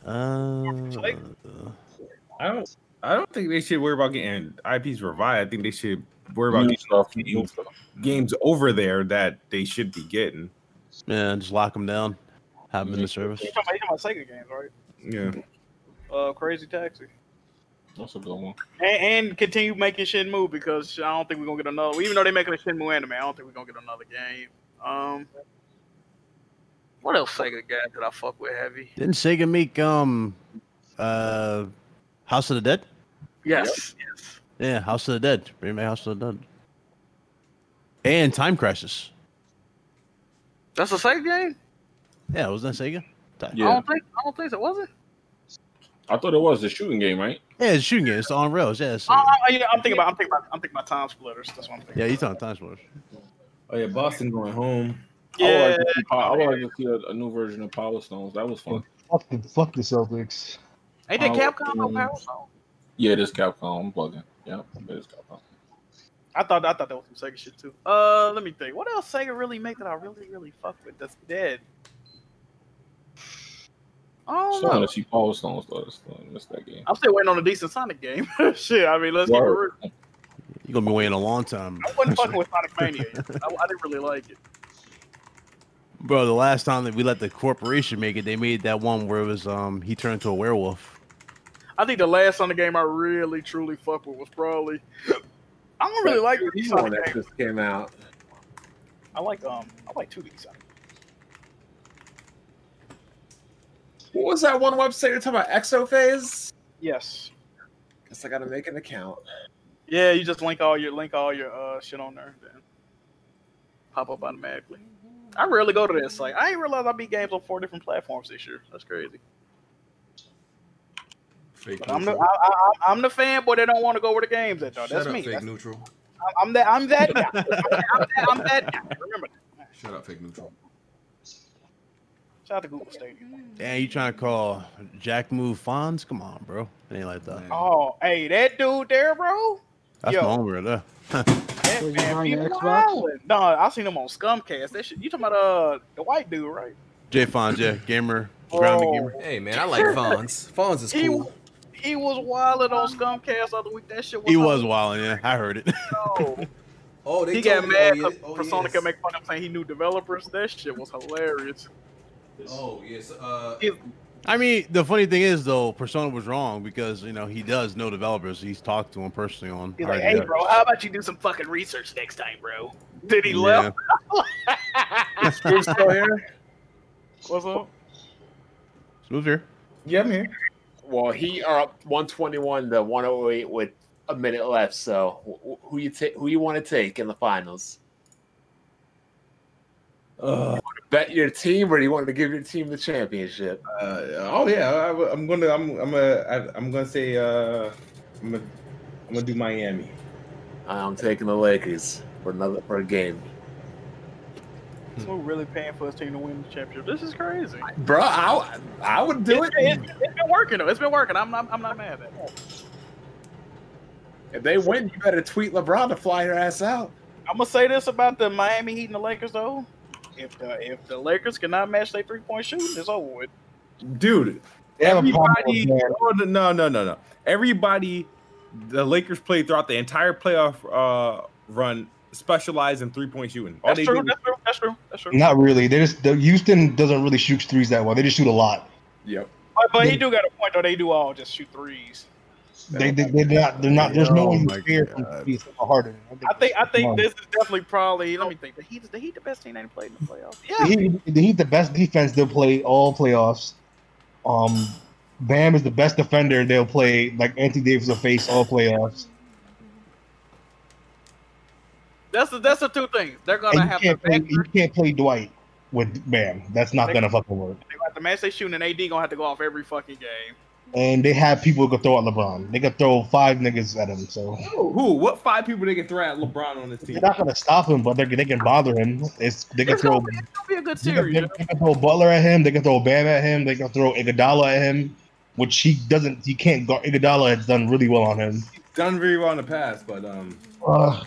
Uh, I don't. I don't think they should worry about getting IPs revived. I think they should worry about New getting stuff, new games, stuff. games over there that they should be getting. Yeah, just lock them down, have them in the service. You're talking about Sega games, right? Yeah. Uh, Crazy Taxi. That's a good one. And, and continue making Shenmue because I don't think we're gonna get another. Even though they're making a Shenmue anime, I don't think we're gonna get another game. Um, what else Sega got that I fuck with heavy? Didn't Sega make um, uh, House of the Dead? Yes, yes. Yeah, House of the Dead. Remake House of the Dead. And Time Crisis. That's a Sega game. Yeah, wasn't that Sega? Ti- I Yeah, don't think. I don't think so. Was it? I thought it was the shooting game, right? Yeah, it's a shooting game. It's on rails. Yeah, it's I, Sega. I, yeah, I'm thinking about. I'm thinking about. I'm thinking about Time Splitters. That's what I'm thinking. yeah, you talking Time Splitters. Oh yeah, Boston going home. I Yeah. would like to see, I would like to see a, a new version of Power Stones. That was fun. Fuck the, fuck the Celtics. Ain't Oh, that um, Capcom Power or Stones. Power Stone? Yeah, it is Capcom. I'm bugging. Yeah, it is Capcom. I thought. I thought that was some Sega shit too. Uh, let me think. What else Sega really make that I really, really fuck with? That's dead. I don't Still know. want to see Power Stones though. I still wanna miss that game. I'm still waiting on a decent Sonic game. Shit, I mean, let's get Word. real. You're gonna be waiting a long time. I wasn't fucking with Sonic Mania. I, I didn't really like it. Bro, the last time that we let the corporation make it, they made that one where it was um he turned into a werewolf. I think the last Sonic game I really truly fucked with was probably. I don't really like the He's the one Sonic that game. just came out. I like um, I like 2D Sonic. What was that one website you're talking about? Exophase? Yes. Guess I gotta make an account. Yeah, you just link all your link all your uh shit on there, then pop up automatically. I rarely go to that site. I ain't realize I beat games on four different platforms this year. That's crazy. Fake But I'm the I, neutral. I, I- I'm the fanboy that don't want to go where the games at though. Shut That's up, me. fake That's- neutral. I'm that. I'm that. Guy. I'm, that I'm that. Guy. Remember that. Shut up, fake neutral. Shout out to Google Stadium. Damn, you trying to call Jack Move Fonz? Come on, bro. It ain't like that. Man. Oh, hey, that dude there, bro. That's yo. my own right there. That Was he man on be your Xbox? wildin'. No, I seen him on Scumcast. That shit. You talking about uh the white dude, right? J Fonz, yeah, gamer, grounded Oh, gamer. Hey man, I like Fonz. Fonz is He cool. he was wilding on Scumcast the other week. That shit. Was He was wilding, yeah. I heard it. wild. Oh, they he got told me- mad. oh, 'cause yeah, oh, Persona yes. could make fun of him saying he knew developers. That shit was hilarious. Oh yes. Uh, He- I mean, the funny thing is though, Persona was wrong because you know he does know developers. He's talked to him personally on. Oh, He's like, RDX. hey, bro, how about you do some fucking research next time, bro? Then he Yeah. left. Screw's still here? What's up? Smooth here. Yeah, I'm here. Well, he are up 121 to 108 with a minute left. So wh- wh- who you ta- who you want to take in the finals? Uh, Bet your team, or you want to give your team the championship? oh yeah, I, am gonna. I'm. I'm a. I, I'm gonna say. Uh, I'm gonna. I'm gonna do Miami. I'm taking the Lakers for another for a game, We're really paying for his team to win the championship. This is crazy. bro. I I would do It's- it. it's- it's been working though. It's been working. I'm not. I'm not mad at it. If they win, you better tweet LeBron to fly your ass out. I'm gonna say this about the Miami Heat and the Lakers though. If the if the Lakers cannot match their three point shooting, it's over with. dude. They have a problem Everybody, with no, no, no, no, no. Everybody, the Lakers played throughout the entire playoff uh, run, specialized in three point shooting. All That's they true, did was- that's true. That's true. That's Mm-hmm. true. Not really. They just the Houston doesn't really shoot threes that well. They just shoot a lot. Yep. But, but he do got a point though. They do all just shoot threes. They they they're not they're not. There's no Oh one my who's scared from threes like Harden. I think Come I on. think this is definitely probably. Let me think. The Heat is the Heat the best team they played in the playoffs. The Yeah, Heat, the Heat the best defense they'll play all playoffs. Um, Bam is the best defender they'll play. Like Anthony Davis will face all playoffs. that's the that's the two things they're And gonna you have to can't play, factor. you can't play Dwight with Bam. That's not gonna fucking work. They gonna have to match they shooting and AD gonna have to go off every fucking game. And they have people who can throw at LeBron. They can throw five niggas at him. So Who? Who? What five people they can throw at LeBron on this team? they're not gonna stop him, but they they can bother him. It's they can It's gonna, throw. be, it's gonna be a good They can, series. they yo. can throw Butler at him. They can throw Bam at him. They can throw Iguodala at him, which he doesn't. He can't guard. Iguodala has done really well on him. Done very well in the past, but um, Ugh.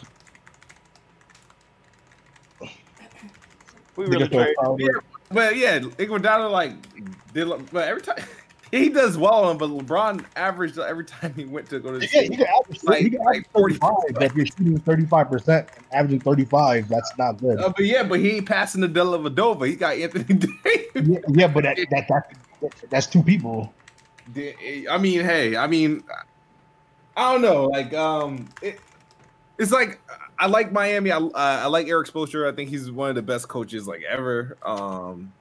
We They really can throw trade. Fowler. but yeah, Iguodala like did, Le- but every time he does well on, but LeBron averaged every time he went to go to the Yeah, you team. can average, Like- you can average like 45. 45, but if you're shooting 35%, averaging 35, that's not good. Uh, but yeah, but he ain't passing the Della Vadova. He got Anthony Davis. yeah, yeah, but that, that, that, that's two people. The- I mean, hey, I mean, I don't know. Like, um, it, it's like I like Miami. I uh, I like Eric Spoelstra. I think he's one of the best coaches like ever. Um,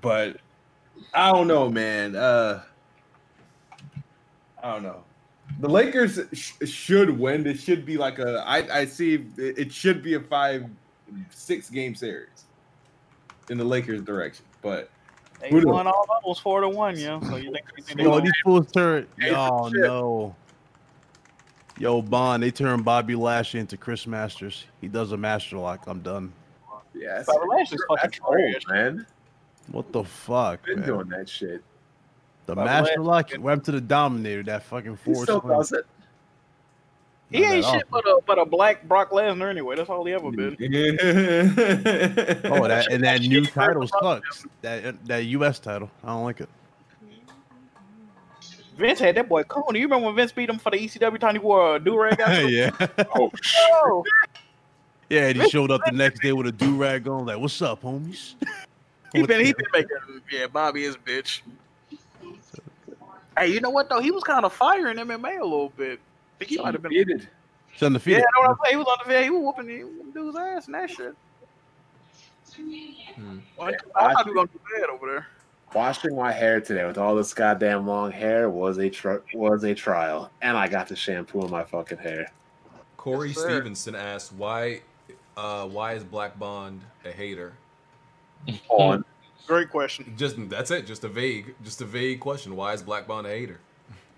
but I don't know, man. Uh, I don't know. The Lakers sh- should win. This should be like a. I I see. It it should be a five, six game series, in the Lakers' direction. But They Who the- won all levels four to one, yo. So you think you think they Yo, gonna Oh, these fools turn. Hey, Oh shit. no. Yo, Bond, they turned Bobby Lashley into Chris Masters. He does a master lock. I'm done. yes, Bobby Lashley's fucking That's old, trash. man. What the fuck? Been man? doing that shit. The Bobby master Lashley. lock went up to the dominator. That fucking He force. still does it. He ain't shit but a but a black Brock Lesnar anyway. That's all he Mm. ever been. Oh, that and that new title sucks. That that U.S. title, I don't like it. Vince had that boy Coney. You remember when Vince beat him for the E ECW time he wore a do rag? yeah, Oh, Oh, yeah. And he showed up the next day with a do rag on. Like, what's up, homies? He been he been making yeah, Bobby is a bitch. Hey, you know what though? He was kind of firing MMA a little bit. I think he might have been. Yeah, Undefeated. It's undefeated. I know what I'm saying. He was on the field. He was whooping, he was whooping dude's ass and that shit. Hmm. Well, I thought he was gonna do bad over there. Washing my hair today with all this goddamn long hair was a tr- was a trial, and I got to shampoo my fucking hair. Corey Yes, sir. Stevenson asked why uh, why is Black Bond a hater? Hmm. On Great question. Just that's it. Just a vague, just a vague question. Why is Black Bond a hater?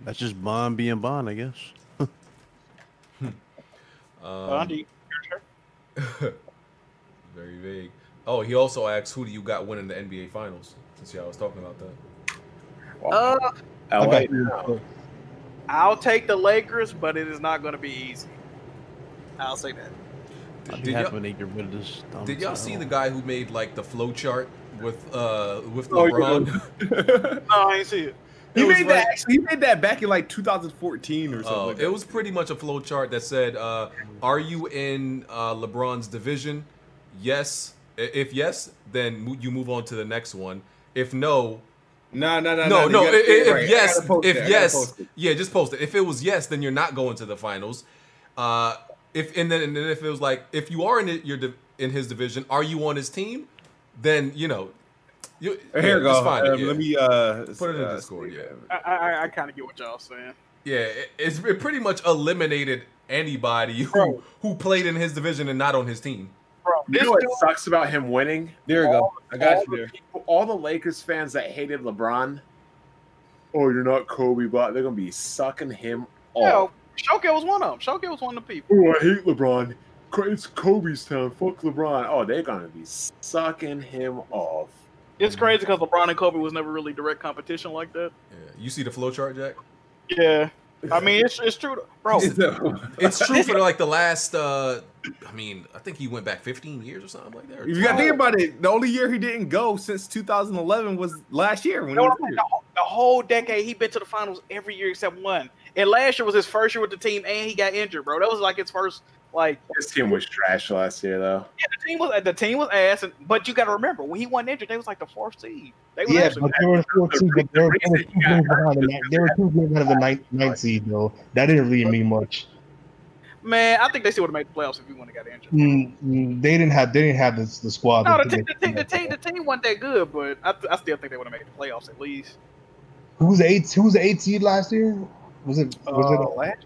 That's just Bond being Bond, I guess. Um, Gandhi. very vague. Oh, he also asked, "Who do you got winning the NBA Finals?" Since y'all was talking about that. Uh, LA. I got you. I'll take the Lakers, but it is not going to be easy. I'll say that. I'd be Did happy y'all, when they get rid of this. dumb Uh, did y'all see title. the guy who made like the flow chart with uh with Oh, yeah. LeBron? No, I ain't see it. He It was made like- that. Actually, he made that back in like 2014 or something. Oh, like it was pretty much a flow chart that said, uh, "Are you in uh, LeBron's division? Yes. I- If yes, then mo- you move on to the next one. If no, no, no, no, no, you no. i- i- gotta- If, right, I yes, gotta post it, I if gotta yes, post it. yeah, just post it. If it was yes, then you're not going to the finals. Uh, if and then, and then if it was like, if you are in it- your div- in his division, are you on his team? Then you know, you here yeah, we just go. find it, Um, yeah. Let me uh, put it in uh, Discord. see. Yeah. I, I, I kind of get what y'all saying. Yeah, it, it's, it pretty much eliminated anybody who, Bro. who played in his division and not on his team. Bro, You know what sucks about him winning? There you go. I all got you the there. people- all the Lakers fans that hated LeBron, oh, you're not Kobe, but they're gonna be sucking him Yo, off. Shoke was one of them. Shoke was one of the people. Oh, I hate LeBron. Cra- It's Kobe's town. Fuck LeBron. Oh, they're gonna be sucking him off. It's crazy because LeBron and Kobe was never really direct competition like that. Yeah. You see the flow chart, Jack? Yeah. I mean, it's, it's true, bro. it's true for like the last. uh I mean, I think he went back 15 years or something like that. or If you got to 12. think about it, the only year he didn't go since 2011 was last year. When No, he no, was no, here. the, whole- the whole decade he been to the finals every year except one. And last year was his first year with the team, and he got injured, bro. That was like his first like This team was trash last year, though. yeah, the team was the team was ass. And, but you got to remember when he wasn't injured, they was like the fourth seed. They was Yeah, actually but they were the fourth seed, but they were, they were two games behind the ninth. They were two games out of the ninth, ninth seed, though. That didn't really mean much. man. I think they still would have made the playoffs if he wouldn't have got injured. Mm, mm, they didn't have they didn't have the, the squad. No, to the do team, it. the team, the team, the team wasn't that good, but I, th- I still think they would have made the playoffs at least. who was the eight? Who was the eight seed last year? Was it? Was Uh, it?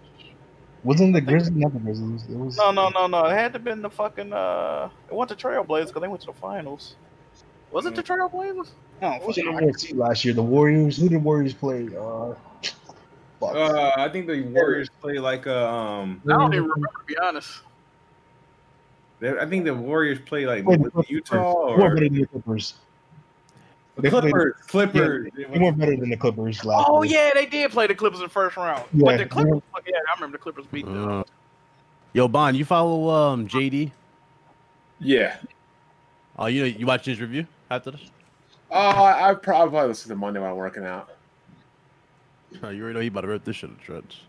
Wasn't the Grizzlies? Not the Grizzlies. It was. No, no, no, no. It had to been the fucking uh, it went to Trailblazers because they went to the finals. Was it the Trailblazers? No, Who was the number one seed last year? The Warriors. Who did Warriors play? Uh, fuck. Uh, I think the Warriors play like a. Um, I don't even remember to be honest. they- I think the Warriors play like Wait, was it Utah Who are or better than the Clippers? They played- Clippers. Clippers. Yeah, they weren't better than the Clippers last Oh year. yeah, they did play the Clippers in the first round. Yeah. But the Clippers, yeah, I remember the Clippers beat them. Uh, yo, Bon, you follow um JD? Yeah. Oh, you you watch his review after this? Uh, I I probably listen to Monday when I'm working out. Oh, you already know he about to rip this shit to shreds.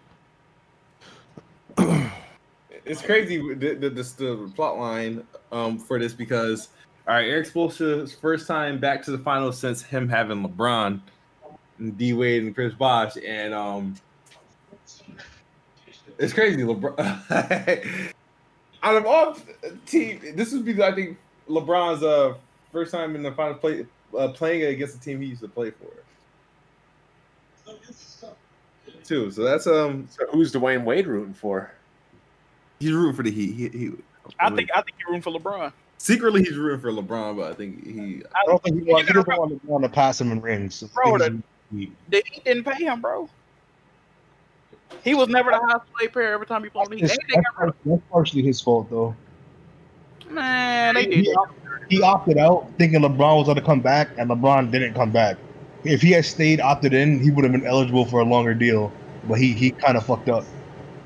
it's crazy the, the, the, the plot line um, for this because all right, Eric Spoelstra's first time back to the finals since him having LeBron, and D Wade, and Chris Bosh, and um, it's crazy. LeBron, out of all team, this would be I think LeBron's uh first time in the final play uh, playing against the team he used to play for. Too, so that's um, So who's Dwayne Wade rooting for? he's rooting for the Heat. He, he, I think I think you're rooting for LeBron. Secretly, he's rooting for LeBron, but I think he. I don't think he, want, he doesn't want LeBron to pass him in rings. So Bro, things- uh, that- The Heat didn't pay him, bro. He was never the highest paid player every time he played. on the Heat. It's- And they that's, got rid that's partially his fault, though. of- Man, they did. He, he opted out thinking LeBron was going to come back, and LeBron didn't come back. If he had stayed opted in, he would have been eligible for a longer deal. But he he kind of fucked up.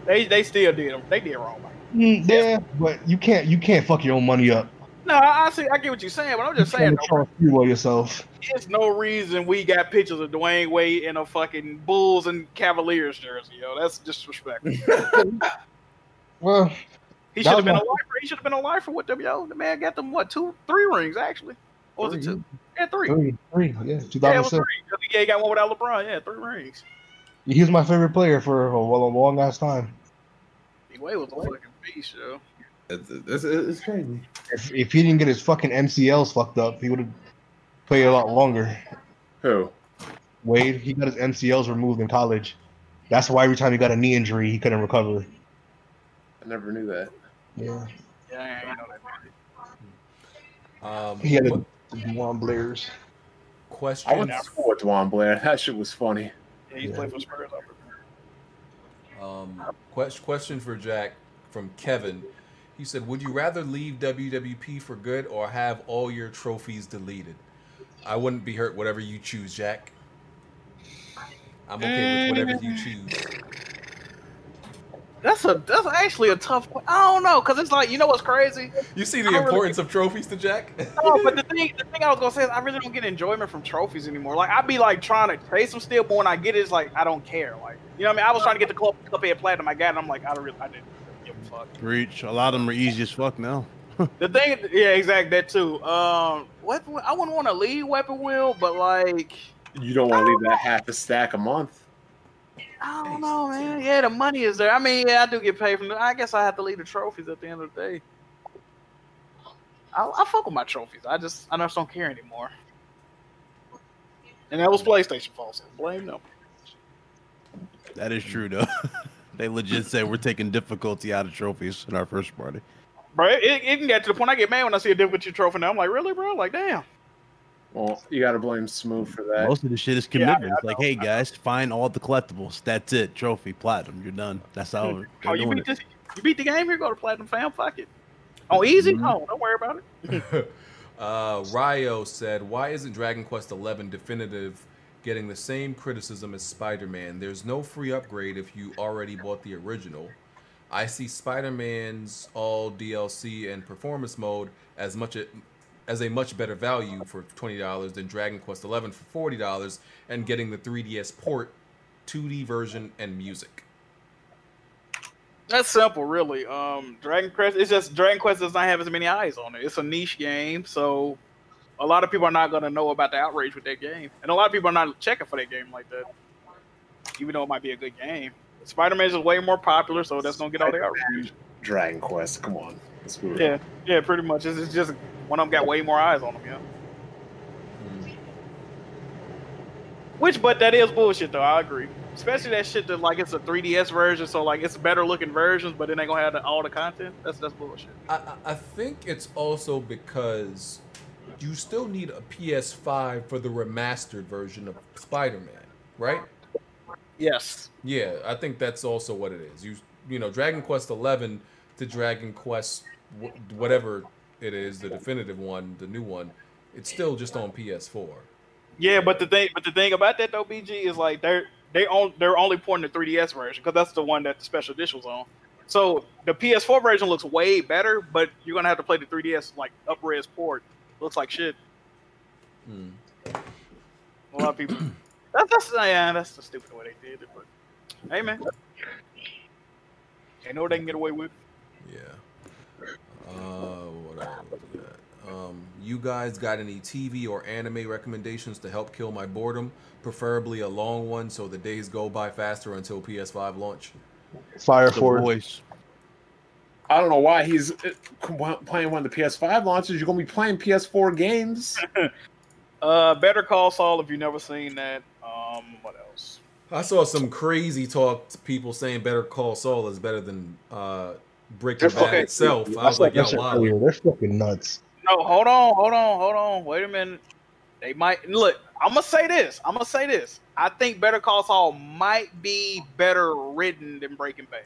They they still did him. They did wrong. by him. Mm, yeah, but you can't you can't fuck your own money up. No, I I see. I get what you're saying, but I'm just saying. Trying to though, charge you or yourself. There's no reason we got pictures of Dwayne Wade in a fucking Bulls and Cavaliers jersey, yo. That's disrespectful. Well, He That should have was been my- a lifer. He should have been a lifer with them, yo. The man got them what two, three rings actually, or was it two? Yeah, three. three, three, yeah, Yeah, it was 2007. three. Yeah, he got one without LeBron. Yeah, three rings. he was my favorite player for a, well, a long ass time. Wade was a fucking beast, yo. It's, it's, it's crazy. If, if he didn't get his fucking MCLs fucked up, he would have played a lot longer. Who? Wade, he got his MCLs removed in college. That's why every time he got a knee injury, he couldn't recover. I never knew that. Yeah, Yeah, I ain't know that. Um, he had what a Juan Blair's. question? I went to school with Dwan Blair. That shit was funny. Yeah, he's playing for Spurs. I remember. Um, quest- question for Jack from Kevin. He said, "Would you rather leave WWP for good or have all your trophies deleted?" I wouldn't be hurt. Whatever you choose, Jack. I'm okay with whatever you choose. That's a that's actually a tough. que- I don't know, cause it's like you know what's crazy. You see I the really- importance of trophies to Jack? No, but the thing the thing I was gonna say is I really don't get enjoyment from trophies anymore. Like I'd be like trying to chase them still, but when I get it, it's like I don't care. Like you know what I mean? I was trying to get the club Cuphead platinum. I got it. I'm like I don't really I didn't give a fuck. Breach. A lot of them are easy as fuck now. The thing, yeah, exact that too. Um, what I wouldn't want to lead weapon wheel, but like, You don't want to leave that half a stack a month. I don't know, man. Yeah, the money is there. I mean, yeah, I do get paid from. The, I guess I have to leave the trophies at the end of the day. I, I fuck with my trophies. I just, I just don't care anymore. And that was PlayStation fault. So blame them. That is true though. they legit said we're taking difficulty out of trophies in our first party. Bro, it, it can get to the point I get mad when I see a difficulty trophy. Now I'm like, really, bro? Like, damn. Well, you got to blame Smooth for that. Most of the shit is Yeah, I- I commitment. it's like, know, hey guys, find all the collectibles. That's it. Trophy, platinum. You're done. That's how they're Oh, you doing beat it. this? You beat the game? Here go to platinum, fam. Fuck it. Oh, easy. Mhm. No, don't worry about it. uh, Ryo said, "Why isn't Dragon Quest XI definitive getting the same criticism as Spider Man. There's no free upgrade if you already bought the original. I see Spider Man's all DLC and performance mode as much a, as a much better value for $20 than Dragon Quest XI for $40 and getting the 3DS port, 2D version, and music. That's simple, really. Um, Dragon Quest. It's just Dragon Quest does not have as many eyes on it. It's a niche game, so a lot of people are not going to know about the outrage with that game, and a lot of people are not checking for that game like that, even though it might be a good game. Spider Man is way more popular, so that's going to get all the outrage. Dragon Quest. Come on. Let's move Yeah, yeah, pretty much. It's, it's just one of them got way more eyes on them. Yeah. Which, but that is bullshit, though. I agree. Especially that shit that like it's a 3DS version, so like it's better looking versions, but it ain't gonna have the, all the content. That's that's bullshit. I, I- I think it's also because you still need a PS5 for the remastered version of Spider Man, right? Yes. Yeah, I think that's also what it is. You you know, Dragon Quest Eleven to Dragon Quest wh- whatever it is, the definitive one, the new one, it's still just on PS4. Yeah, but the thing, but the thing about that though, BG is like they're they on they're only porting the 3DS version because that's the one that the special edition was on. So the PS4 version looks way better, but you're gonna have to play the 3DS like up res port. Looks like shit. Hmm. A lot of people. That's that's yeah, that's the stupid way they did it. But hey, man, they know what they can get away with. Yeah. Uh, what else we got? Um, you guys got any TV or anime recommendations to help kill my boredom? Preferably a long one, so the days go by faster until PS5 launch. Fire The Force. Voice. I don't know why he's uh, com- playing when the PS5 launches. You're gonna be playing PS4 games. Uh, Better Call Saul, if you never seen that. Um, what else? I saw some crazy talk to people saying Better Call Saul is better than uh, They're Breaking Bad fucking- itself. I I was said like, yo, that shit wow. earlier. They're fucking nuts. No, hold on, hold on, hold on. Wait a minute. They might look. I'm gonna say this. I'm gonna say this. I think Better Call Saul might be better written than Breaking Bad.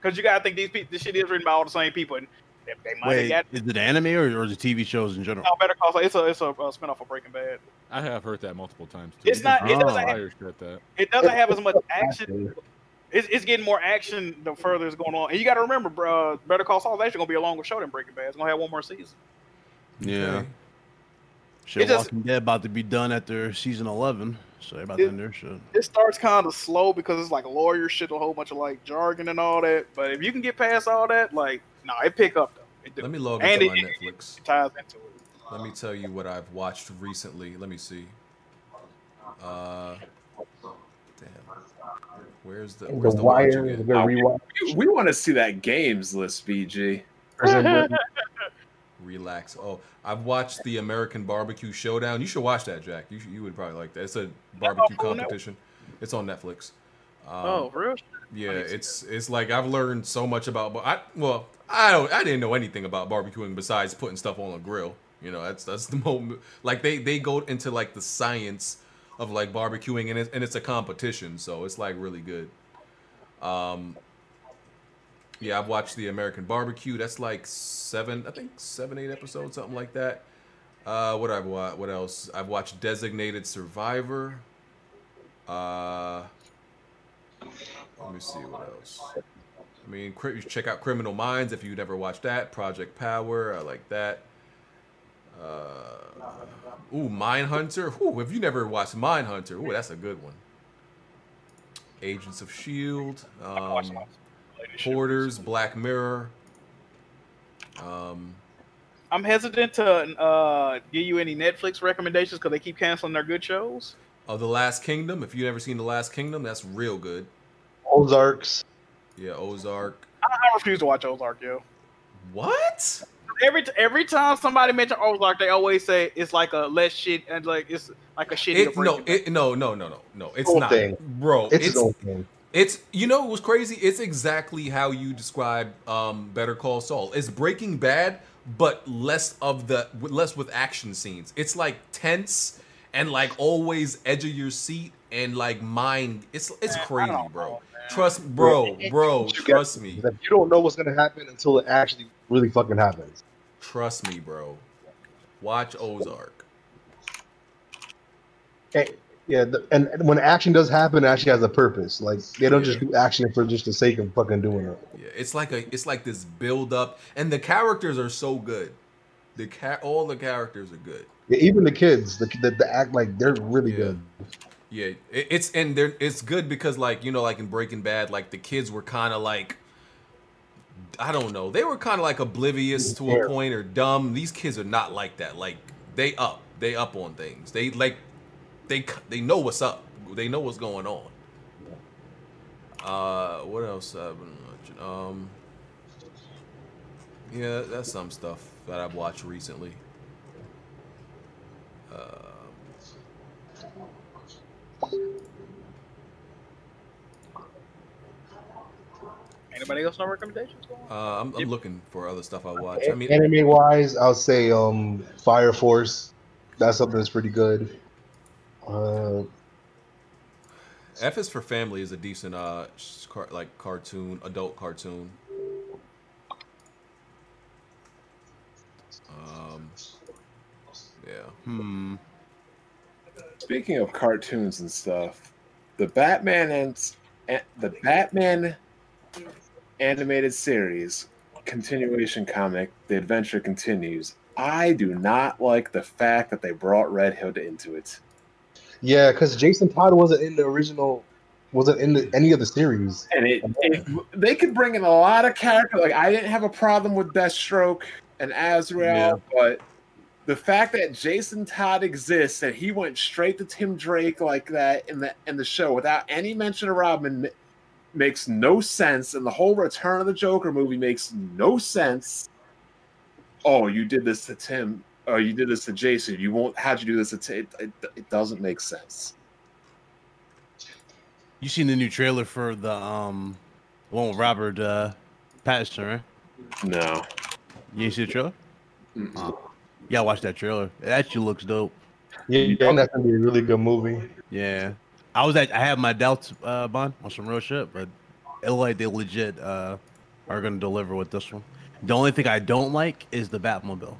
Cause you gotta think these people, this shit is written by all the same people, and they, they might have Wait, got is it anime or, or is it TV shows in general? no, Better Call Saul. It's a it's a, uh spinoff of Breaking Bad. I have heard that multiple times too. It's not. It Ah. Oh, doesn't. Have, Fire shit at that. it doesn't have as much action. It's, it's getting more action the further it's going on. And you gotta remember, bro, Better Call Saul is actually gonna be a longer show than Breaking Bad. It's gonna have one more season. Yeah. Okay. Shit, It just- Walking Dead about to be done after season 11. So they're about It- to end their shit. it starts kind of slow because it's like lawyer shit, a whole bunch of like jargon and all that. But if you can get past all that, like, nah, it pick up though. It do. Let me log And into my it- Netflix. It ties into it. Let me tell you what I've watched recently. Let me see. Uh, damn. Where's the The where's the, watch Wire is a again? good rewatch. We- we want to see that games list, BG. Relax. Oh, I've watched the American Barbecue Showdown. You should watch that, Jack. You should, you would probably like that. It's a barbecue Netflix? competition. It's on Netflix. Um, oh, for real? Yeah, I need to see it's it's like I've learned so much about. bar- I well, I don't, I didn't know anything about barbecuing besides putting stuff on a grill. You know, that's that's the moment. Like they they go into like the science of like barbecuing, and it's and it's a competition, so it's like really good. Um, yeah, I've watched the American Barbecue. That's like seven, I think seven eight episodes, something like that. Uh, what I've wa- what else? I've watched Designated Survivor. Uh. Let me see what else. I mean, cri- you should check out Criminal Minds if you never watched that. Project Power, I like that. Uh, ooh, Mindhunter. Ooh, if you never watched Mindhunter, ooh, that's a good one. Agents of Shield, E um, Porters, Black Mirror. Um, I'm hesitant to uh, give you any Netflix recommendations because they keep canceling their good shows. oh, The Last Kingdom. If you never seen The Last Kingdom, that's real good. Ozarks. Yeah, Ozark. I, I refuse to watch Ozark, yo. What? Every t- every time somebody mentions Ozark, they always say it's like a less shit and like it's like a shitty. It, no, it, no, no, no, no, no. It's Whole not, thing. bro. It's, its own thing. It's you know what's crazy? It's exactly how you describe um, Better Call Saul. It's Breaking Bad, but less of the with- less with action scenes. It's like tense and like always edge of your seat and like mind. It's it's crazy, don't bro. know, man. Trust, bro, bro. You Trust get- me, Like, You don't know what's gonna happen until it actually really fucking happens. trust me, bro. Watch Ozark. Hey, Yeah, the, and and when action does happen, it actually has a purpose. Like they don't just do action for just the sake of fucking doing it. Yeah, it's like a it's like this build up, and the characters are so good. The ca- all the characters are good. Yeah, even the kids, the, the, the act like they're really good. Yeah, it, it's and they're it's good because like you know like in Breaking Bad, like the kids were kind of like I don't know, they were kind of like oblivious to a point or dumb. These kids are not like that. Like they up, they up on things. They like they c- they know what's up. They know what's going on. Uh, what else I've been watching? Um, yeah, that's some stuff that I've watched recently. Uh, Anybody else know recommendations? Uh, I'm, I'm looking for other stuff I watch. I mean, Anime wise, I'll say um Fire Force. That's something that's pretty good. Uh, F is for Family is a decent uh s- car- like cartoon, adult cartoon. Um, yeah. Hmm. Speaking of cartoons and stuff, the Batman and s- a- the Batman animated series continuation comic, The Adventure Continues. I do not like the fact that they brought Red Hood into it. yeah, because Jason Todd wasn't in the original, wasn't in the, any of the series. And it, it they could bring in a lot of character. Like I didn't have a problem with Deathstroke and Azrael, Yeah. but the fact that Jason Todd exists and he went straight to Tim Drake like that in the in the show without any mention of Robin ma- makes no sense, and the whole Return of the Joker movie makes no sense. Oh, you did this to Tim. Oh, you did this to Jason. You won't. How'd you do this to Tim? It, it, it doesn't make sense. You seen the new trailer for the um one with Robert uh, Pattinson, right? No. You ain't see the trailer? Oh. Yeah, I watched that trailer. It actually looks dope. Yeah, yeah, and that's gonna be a really good movie. Yeah, I was at. I had my doubts, uh, Bond, on some real shit, but it looked like they legit uh, are gonna deliver with this one. The only thing I don't like is the Batmobile.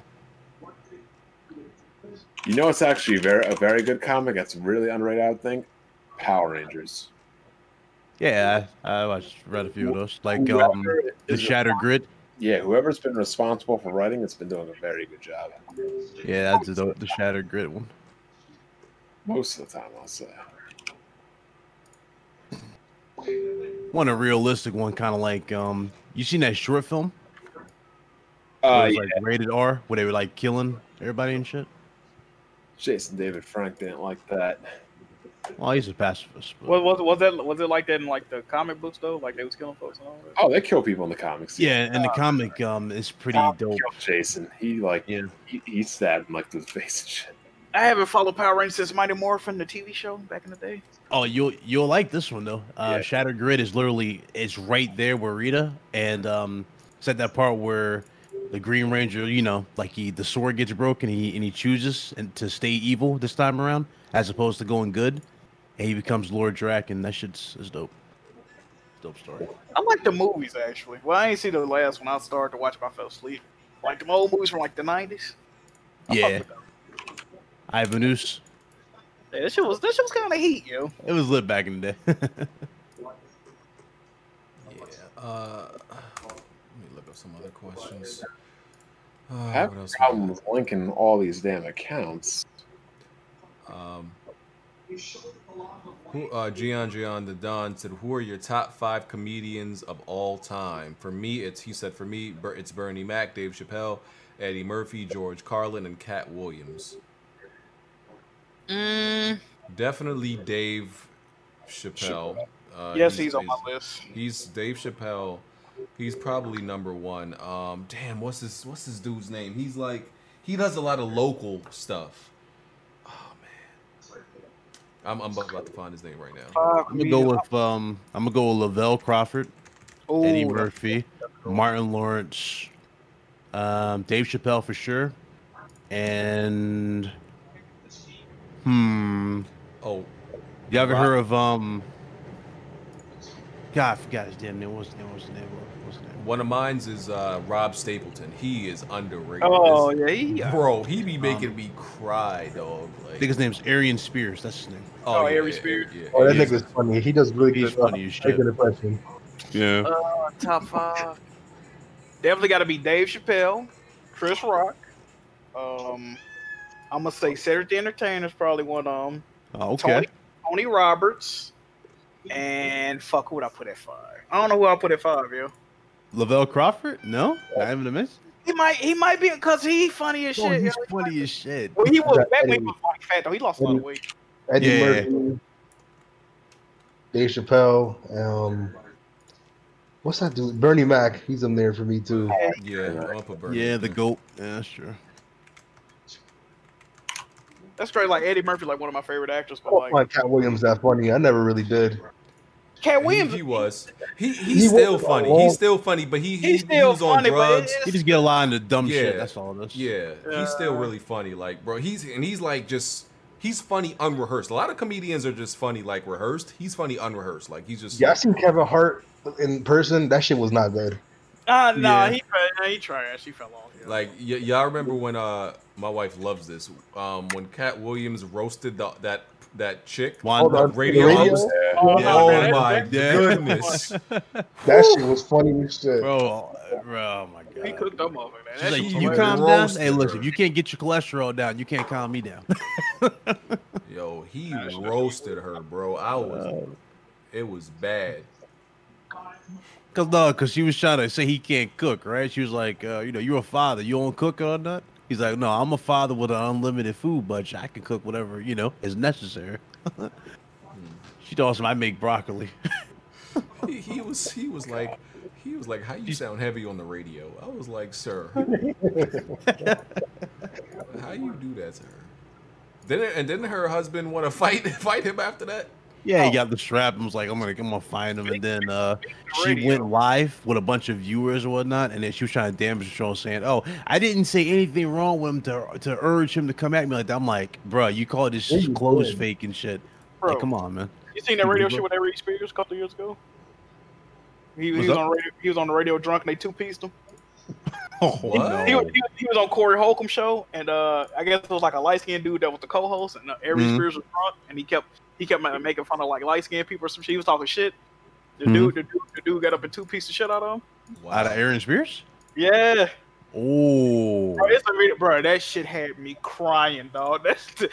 You know, it's actually very a very good comic. That's really underrated. I would think Power Rangers. Yeah, I, I watched read a few of those, like Whoever um, the is Shattered Grid. Yeah, whoever's been responsible for writing, it's been doing a very good job. Yeah, that's the, the Shattered Grid one. Most of the time, I'll say. One a realistic one, kind of like um, you seen that short film? Where Uh, it was, yeah, like rated R, where they were like killing everybody and shit. Jason David Frank didn't like that. Well, he's a pacifist. but- Was, was was that was it like that in like the comic books though? Like they was killing folks and all that. Oh, they kill people in the comics. Yeah, and the comic um is pretty Tom dope. killed Jason. He like Yeah. he, he stabbed him like through the face and shit. I haven't followed Power Rangers since Mighty Morphin, the TV show back in the day. Oh, you'll you'll like this one though. Uh, Shattered Grid is literally it's right there where Rita and um it's at that part where the Green Ranger, you know, like he the sword gets broken, he and he chooses and to stay evil this time around as opposed to going good, and he becomes Lord Drac, and that shit's is dope. Dope story. I like the movies actually. Well, I ain't seen the last one. I started to watch, but I fell asleep. Like the old movies from like the nineties. Yeah, Ivanus. Yeah, this shit was this shit was kind of heat, yo. It was lit back in the day. Uh, let me look up some other questions. Uh, Oh, I have what a else? problem with linking all these damn accounts. Um, who, uh, Gian Gian the Don said, "Who are your top five comedians of all time?" For me, it's he said. For me, Ber- it's Bernie Mac, Dave Chappelle, Eddie Murphy, George Carlin, and Cat Williams. Mm, Definitely Dave Chappelle. Uh, yes, he's, on my list. He's Dave Chappelle. He's probably number one. Um, damn, what's his what's his dude's name? He's like he does a lot of local stuff. Oh man, I'm, I'm about to find his name right now. I'm gonna go uh, with um I'm gonna go with Lavelle Crawford, Eddie Ooh, that's- Murphy, Martin Lawrence, um, Dave Chappelle for sure, and hmm. Oh, you ever Rob- heard of um God, I forgot his damn name. What's his name? What's his name? What's his name? One of mine's is uh, Rob Stapleton. He is underrated. Oh, This- yeah, he- bro, he be Um, making me cry, dog. I Like, think his name's Arian Spears. That's his name. Oh, Oh, yeah, Arian yeah, Spears. yeah, Oh, that nigga's funny. He does really good stuff. funny Make as shit. an impression. Yeah. Uh, top five. Definitely got to be Dave Chappelle, Chris Rock. Um, I'm gonna say Cedric the Entertainer's probably one of them. Oh, okay. Tony Roberts, and fuck, who would I put at five? I don't know who I put at five, yo. Lavelle Crawford? No, I haven't missed. He might, he might be because he funny as Oh, shit. he's yo. funny as shit. Well, he was back when he was fucking fat though. He lost a lot of Eddie- weight. Eddie Yeah. Murphy, Dave Chappelle, um, what's that dude? Bernie Mac. He's in there for me too. yeah, I'm gonna put Bernie. Yeah, the goat. Yeah, sure. That's great. Like Eddie Murphy, like one of my favorite actors, Oh, but I like find Cat Williams that funny. I never really did. Cat Williams, He was. He he's still funny. He's still funny, but he, he he's still was on funny, but drugs. He just get a line of dumb shit. That's all it is. Yeah, he's still really funny. Like, bro, he's and he's like just he's funny unrehearsed. A lot of comedians are just funny like rehearsed. He's funny unrehearsed. Like he's just Yeah, I seen Kevin Hart in person. That shit was not good. uh, nah, Yeah. he he, nah, he trash. He fell off. like y- y'all remember when uh my wife loves this um when Cat Williams roasted the, that that chick Wanda. the Oh, the- the radio, radio? host? Yeah. Oh, Oh, man, my that's good one. goodness. That shit was funny as shit. Bro, bro, oh my god. He cooked them off like that. She's That like, shit you, was you hilarious. calm down. Hey, look, if you can't get your cholesterol down, you can't calm me down. Yo, he roasted her, bro. I was it was bad. Cause no, cause she was trying to say he can't cook, right? She was like, uh, you know, you're a father, you don't cook or not. He's like, no, I'm a father with an unlimited food budget. I can cook whatever you know is necessary. she told him I make broccoli. He, he was he was like he was like how you sound heavy on the radio. I was like, sir, how you do that to her? Didn't and didn't her husband want to fight fight him after that? yeah, Oh. he got the strap and was like, I'm gonna, I'm gonna find him. And then uh, she went live with a bunch of viewers or whatnot, and then she was trying to damage control, saying, "Oh, I didn't say anything wrong with him to to urge him to come at me like that." I'm like, bro, you call this Yeah, you clothes did. fake and shit. Bro. Like, come on, man. You seen that radio shit with Eric Spears a couple years ago? He, he What's was up? on radio, he was on the radio drunk and they two pieced him. Oh, He, he, was, he was- he was on Corey Holcomb show and uh, I guess it was like a light skinned dude that was the co-host and uh, Eric Mhm. Spears was drunk and he kept he kept ma- making fun of like light skinned people or some shit. He was talking shit. The Mhm. dude the dude the dude got up and two pieced the shit out of him. Out of Aaron Spears? Yeah, Oh, bro, it's a video, bro. That shit had me crying, dog. That's the,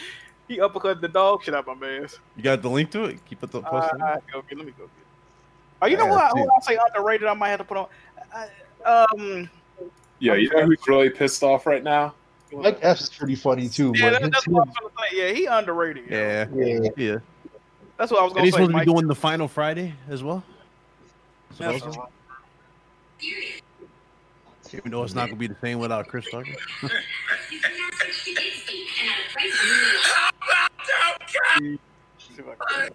he uppercut the dog shit out my man's. you got the link to it? Keep it the Uh, post. it. okay, let me go get. it. Oh, you know Yeah, what? dude. Who I say underrated? I might have to put on. I, um, Yeah, you know who's really pissed off right now? Mike F is pretty funny too. yeah, but that, that's what I was gonna say. Yeah, he underrated. yeah, Yeah. yeah. That's what I was And gonna he's say. supposed to be Mike. doing the final Friday as well. That's Supposedly. all right. Even though it's not gonna be the same without Chris Tucker. See if I can-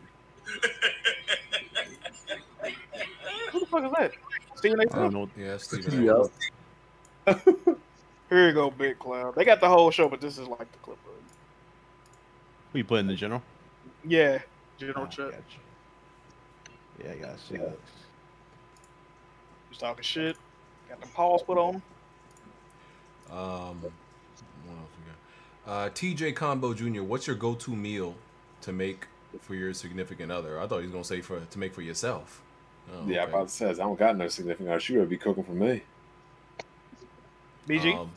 Who the fuck is that? Stephen A. I Um, don't Smith? know. Yeah, Stephen. A. Smith. Here you go, Big Cloud. They got the whole show, but this is like the clip. of it. Who you put in the general? Yeah, Oh, General Chuck. Yeah, I gotta see that. He's talking shit. Got the paws put on. him. Um, what else we got? Uh, T.J. Combo Jr. What's your go-to meal to make for your significant other? I thought he was gonna say for to make for yourself. Oh, yeah, okay. about says I don't got no significant other. She would be cooking for me. BG. Um,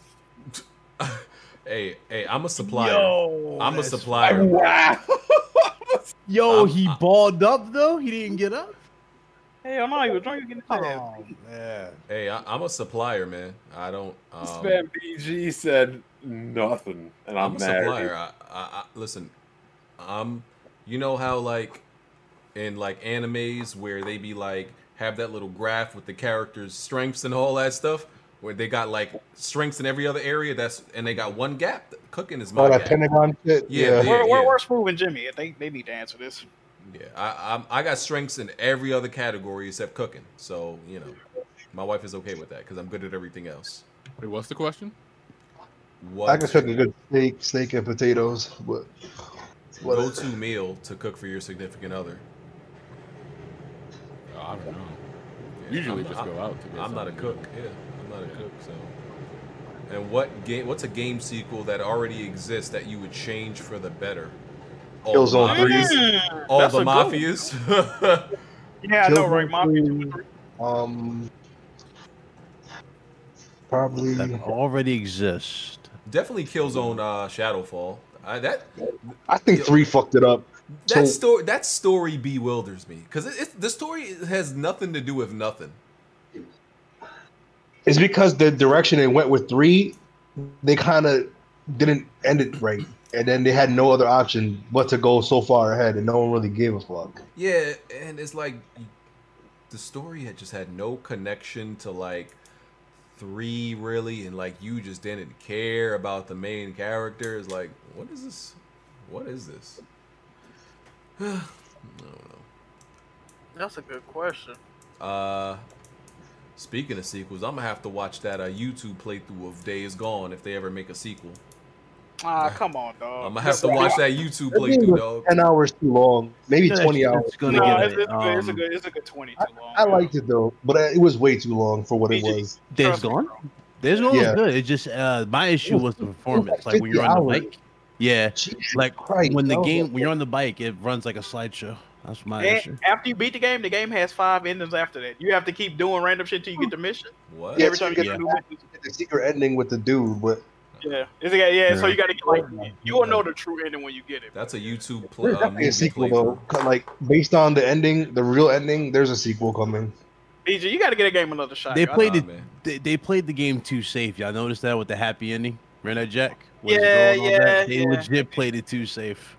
hey, hey, I'm a supplier. Yo, I'm a that's- supplier. Yo, Um, he balled up though. He didn't get up. Hell no, he was drunk. He was getting his ass. Oh man. Hey, I, I'm a supplier, man. I don't. This Um, man BG said nothing, and I'm, I'm a mad. supplier. I, I, I listen. I'm. You know how like in like animes where they be like have that little graph with the characters' strengths and all that stuff, where they got like strengths in every other area. That's and they got one gap. Cooking is my Oh, that gap. Pentagon shit. Yeah, We're, we're, yeah. we're Smooth and Jimmy. They, they need to answer this. Yeah, I, I'm, I got strengths in every other category except cooking. So you know, my wife is okay with that because I'm good at everything else. Wait, what's the question? What I can cook a good steak, steak and potatoes, but go-to meal to cook for your significant other? Uh, I don't know. Usually just go out to get I'm not a something. cook. Yeah, I'm not a cook. So, and what game? What's a game sequel that already exists that you would change for the better? Killzone the mafias- three. All That's the a good one. mafias. Yeah, I know, right? Killzone Mafia three, Um, probably already exists. Definitely Killzone uh, Shadowfall. I, that I think three fucked it up. So- that story that story bewilders me because it, it's- the story has nothing to do with nothing. It's because the direction they went with three, they kind of didn't end it right, and then they had no other option but to go so far ahead, and no one really gave a fuck. Yeah, and it's like the story had just had no connection to like three really, and like you just didn't care about the main character. It's like, what is this? What is this? I don't know. That's a good question. Uh, speaking of sequels, I'm gonna have to watch that uh, YouTube playthrough of Days Gone if they ever make a sequel. Ah, come on, dog. I'm gonna have to watch that YouTube That game playthrough, was dog. Ten hours too long, maybe Yeah, twenty it's- hours. it's gonna No, get It's, it's good, it's Um, Um, a good. It's a good twenty. Too long. I liked it though, but uh, it was way too long for what it was. Days Gone. Days Gone Yeah. was good. It just uh, my issue was the performance. Like when 50 you're on the hours. bike. Yeah, like when the that was game when you're on the bike, it runs like a slideshow. That's my And issue. after you beat the game, the game has five endings. After that, you have to keep doing random shit till you get the mission. What? Yeah, Every so time you get you get a new the, the secret ending with the dude, but Yeah, it's like, yeah, So Yeah. you got to get like you will know the true ending when you get it. That's a YouTube there's play. Uh, definitely a movie sequel playthrough. though. 'Cause, Like based on the ending, the real ending, there's a sequel coming. BG, you got to get a game another shot. They yo. played it. They, they played the game too safe. Y'all noticed that with the happy ending. Rena Jack. was Yeah, going on that? yeah, They yeah. legit played it too safe.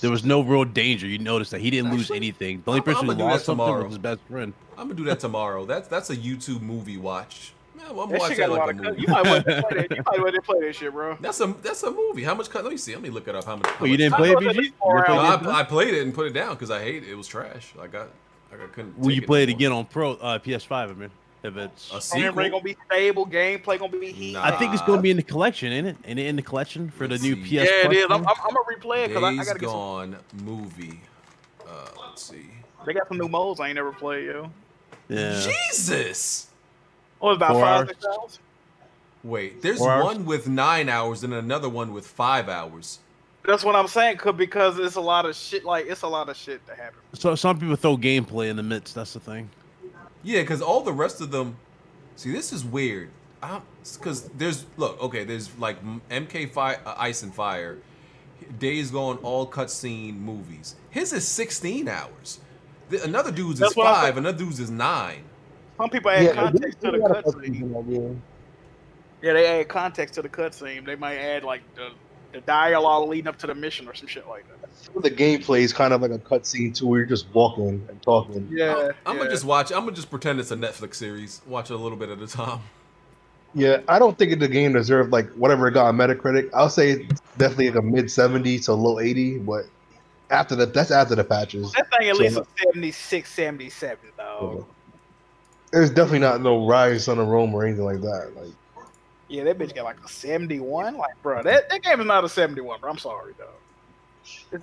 There was no real danger. You noticed that he didn't lose anything. The only I'm- person I'ma who do that lost something tomorrow. was his best friend. I'm gonna do that tomorrow. That's that's a YouTube movie watch. Man, I'm gonna That watch shit got that a like lot a of cut. movie. You might want to play that. You might want to play that shit, bro. That's a that's a movie. How much cut? Let me see. Let me look it up. How much? Oh, How you much didn't cut- play it, BG? You didn't play it No, again? I, I played it and put it down because I hate it. It was trash. Like I, like I couldn't. Will you take play it again on Pro uh, PS5? I mean, if it's A Game rate gonna be stable. Gameplay gonna be heat. I think it's gonna be in the collection, ain't it? Ain't it in the collection for the new PS? Yeah, it Plus is. I'm, I'm, thing? I'm gonna replay it because I, I Days gotta get some. Gone movie. Uh, let's see. They got some new modes I ain't never played, yo. Yeah. Jesus. What Oh, about Four five hours. six hours? Wait, there's Four hours? one with nine hours and another one with five hours. That's what I'm saying. Cause because it's a lot of shit. Like it's a lot of shit to happen. So some people throw gameplay in the midst. That's the thing. Yeah, because all the rest of them. See, this is weird. Because there's look, okay, there's like M- MK Fire, uh, Ice and Fire, Days Gone, all cutscene movies. His is 16 hours. The, another dude's That's is what I five. Another dude's is nine. Some people add Yeah, context to the cutscene. cutscene. Yeah, they add context to the cutscene. They might add like the, the dialogue leading up to the mission or some shit like that. Some of the gameplay is kind of like a cutscene too, where you're just walking and talking. Yeah, I'm gonna just watch. I'm gonna just pretend it's a Netflix series. Watch it a little bit at a time. Yeah, I don't think the game deserved like whatever it got on Metacritic. I'll say it's definitely like a mid seventy to low eighty, but after the that's after the patches. That thing at So, least was 76, 77, dog. There's definitely not no rise on the Rome or anything like that. Like Yeah, that bitch got like a 71. Like, bro, that, that game is not a 71, bro. I'm sorry, dog. It's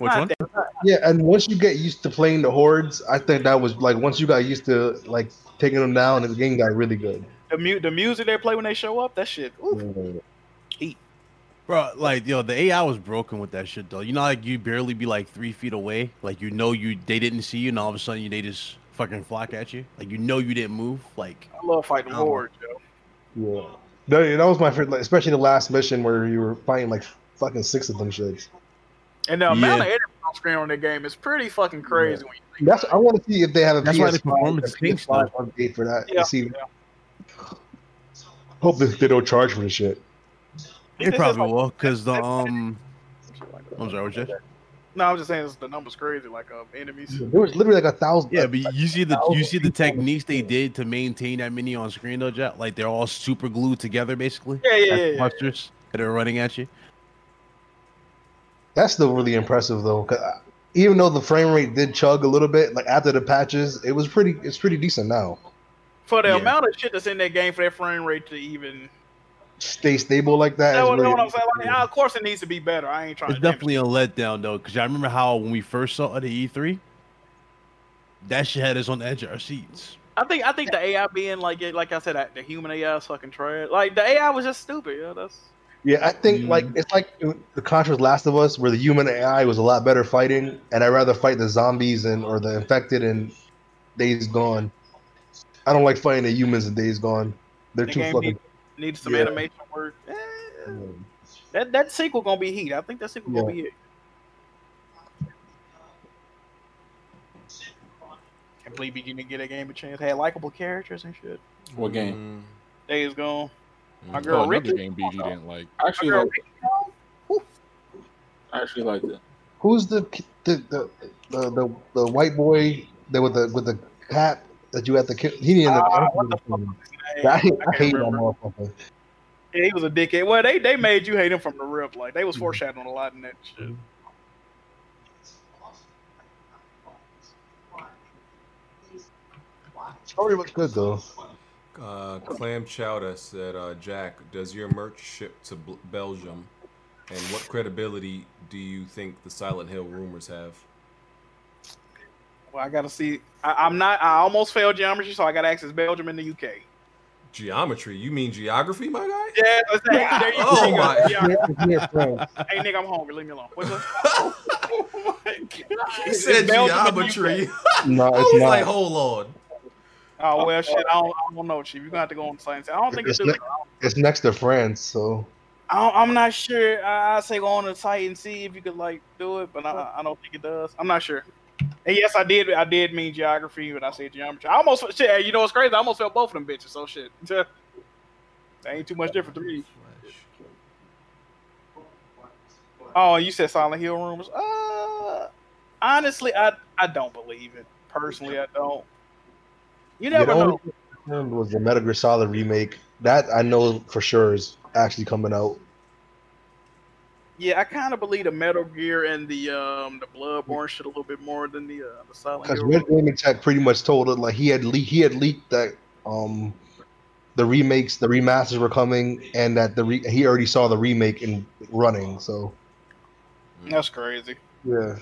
Which not one? that. yeah, and once you get used to playing the hordes, I think that was like once you got used to like taking them down, the game got really good. The, mu- the music they play when they show up, that shit. Oof. Bro, like yo, the AI was broken with that shit though. You know, like you barely be like three feet away, like you know you they didn't see you, and all of a sudden you, they just fucking flock at you, like you know you didn't move. Like I love fighting Oh. Um, Lord, yo. Yeah, that, that was my favorite, like, especially the last mission where you were fighting like fucking six of them shits. And the amount of yeah. energy on screen on that game is pretty fucking crazy. When That's I want to see if they have a That's why the PS5, performance a stinks, PS5 though. update for that. Yeah, to Uh, see. Hope they, they don't charge for the shit. it probably will, cause the um, I'm sorry, what's that? you, no, I'm just saying it's, the number's crazy. Like, um, enemies. There was literally like a thousand. Yeah, but you see the you see the techniques they did to maintain that many on screen though, Jack. Like they're all super glued together basically. Yeah, yeah, as yeah, yeah, yeah. Clusters that are running at you. That's still really impressive though. 'cause I- Even though the frame rate did chug a little bit, like after the patches, it was pretty. It's pretty decent now. For the Yeah. amount of shit that's in that game for that frame rate to even. Stay stable like that. That's is what, really- what I'm saying. Like, ah, of course, it needs to be better. I ain't trying It's to. damage definitely a letdown though, because I remember how when we first saw the E3, E That shit had us on the edge of our seats. I think I think the AI being like like I said, that- the human AI is fucking trash. Like the AI was just stupid. Yeah, that's Yeah, I think Mm-hmm. like it's like it- the contrast Last of Us, where the human AI was a lot better fighting, and I'd rather fight the zombies and or the infected in Days Gone. I don't like fighting the humans in Days Gone. They're the too game fucking. need- needs some Yeah. animation work. Eh, that that sequel gonna be heat. I think that sequel gonna Yeah. be it. Can't believe you didn't get a game a chance. Had likable characters and shit. What game? Days gone. My Mm. girl Oh, another Ricky. game BG didn't like. Actually, My girl like, I actually liked it. Who's the ki- the the, the the the white boy that with the with the cap that you had to kill? He didn't. I, Ah, don't remember his name. I, hate- I hate that motherfucker. Yeah, he was a dickhead. Well, they they made you hate him from the rip. Like they was Mm-hmm. foreshadowing a lot in that shit. Story was good though. Uh, Clam Chowder said, uh, "Jack, does your merch ship to B- Belgium, and what credibility do you think the Silent Hill rumors have?" Well, I gotta see. I, I'm not. I almost failed geometry, so I gotta access Belgium and the UK. Geometry? You mean geography, my guy? Yeah, that's it. There you Oh go. my- Yeah. Yeah, bro. Hey, nigga, I'm hungry. Leave me alone. What's up? Oh He said geometry. No, I it's was not. like, hold on. Oh well, shit. I don't, I don't know, chief. You gonna have to go on the science. I don't think it's. It's, I ne- don't, it's next to France, so I am not sure. I, I say go on the site and see if you could like do it, but I, I don't think it does. I'm not sure. And yes, I did. I did mean geography when I said geometry. I almost shit. hey, You know what's crazy? I almost felt both of them bitches. So shit. That ain't too much different to me. Oh, you said Silent Hill rumors. Uh, honestly, I I don't believe it. Personally, I don't. You never the know. only thing I heard was the Metal Gear Solid remake. That I know for sure is actually coming out. Yeah, I kind of believe the Metal Gear and the um the Bloodborne shit a little bit more than the uh, the Silent Because Hill. Red Gaming Tech pretty much told it like he had le- he had leaked that um the remakes, the remasters were coming, and that the re- he already saw the remake in running. So That's crazy. yeah,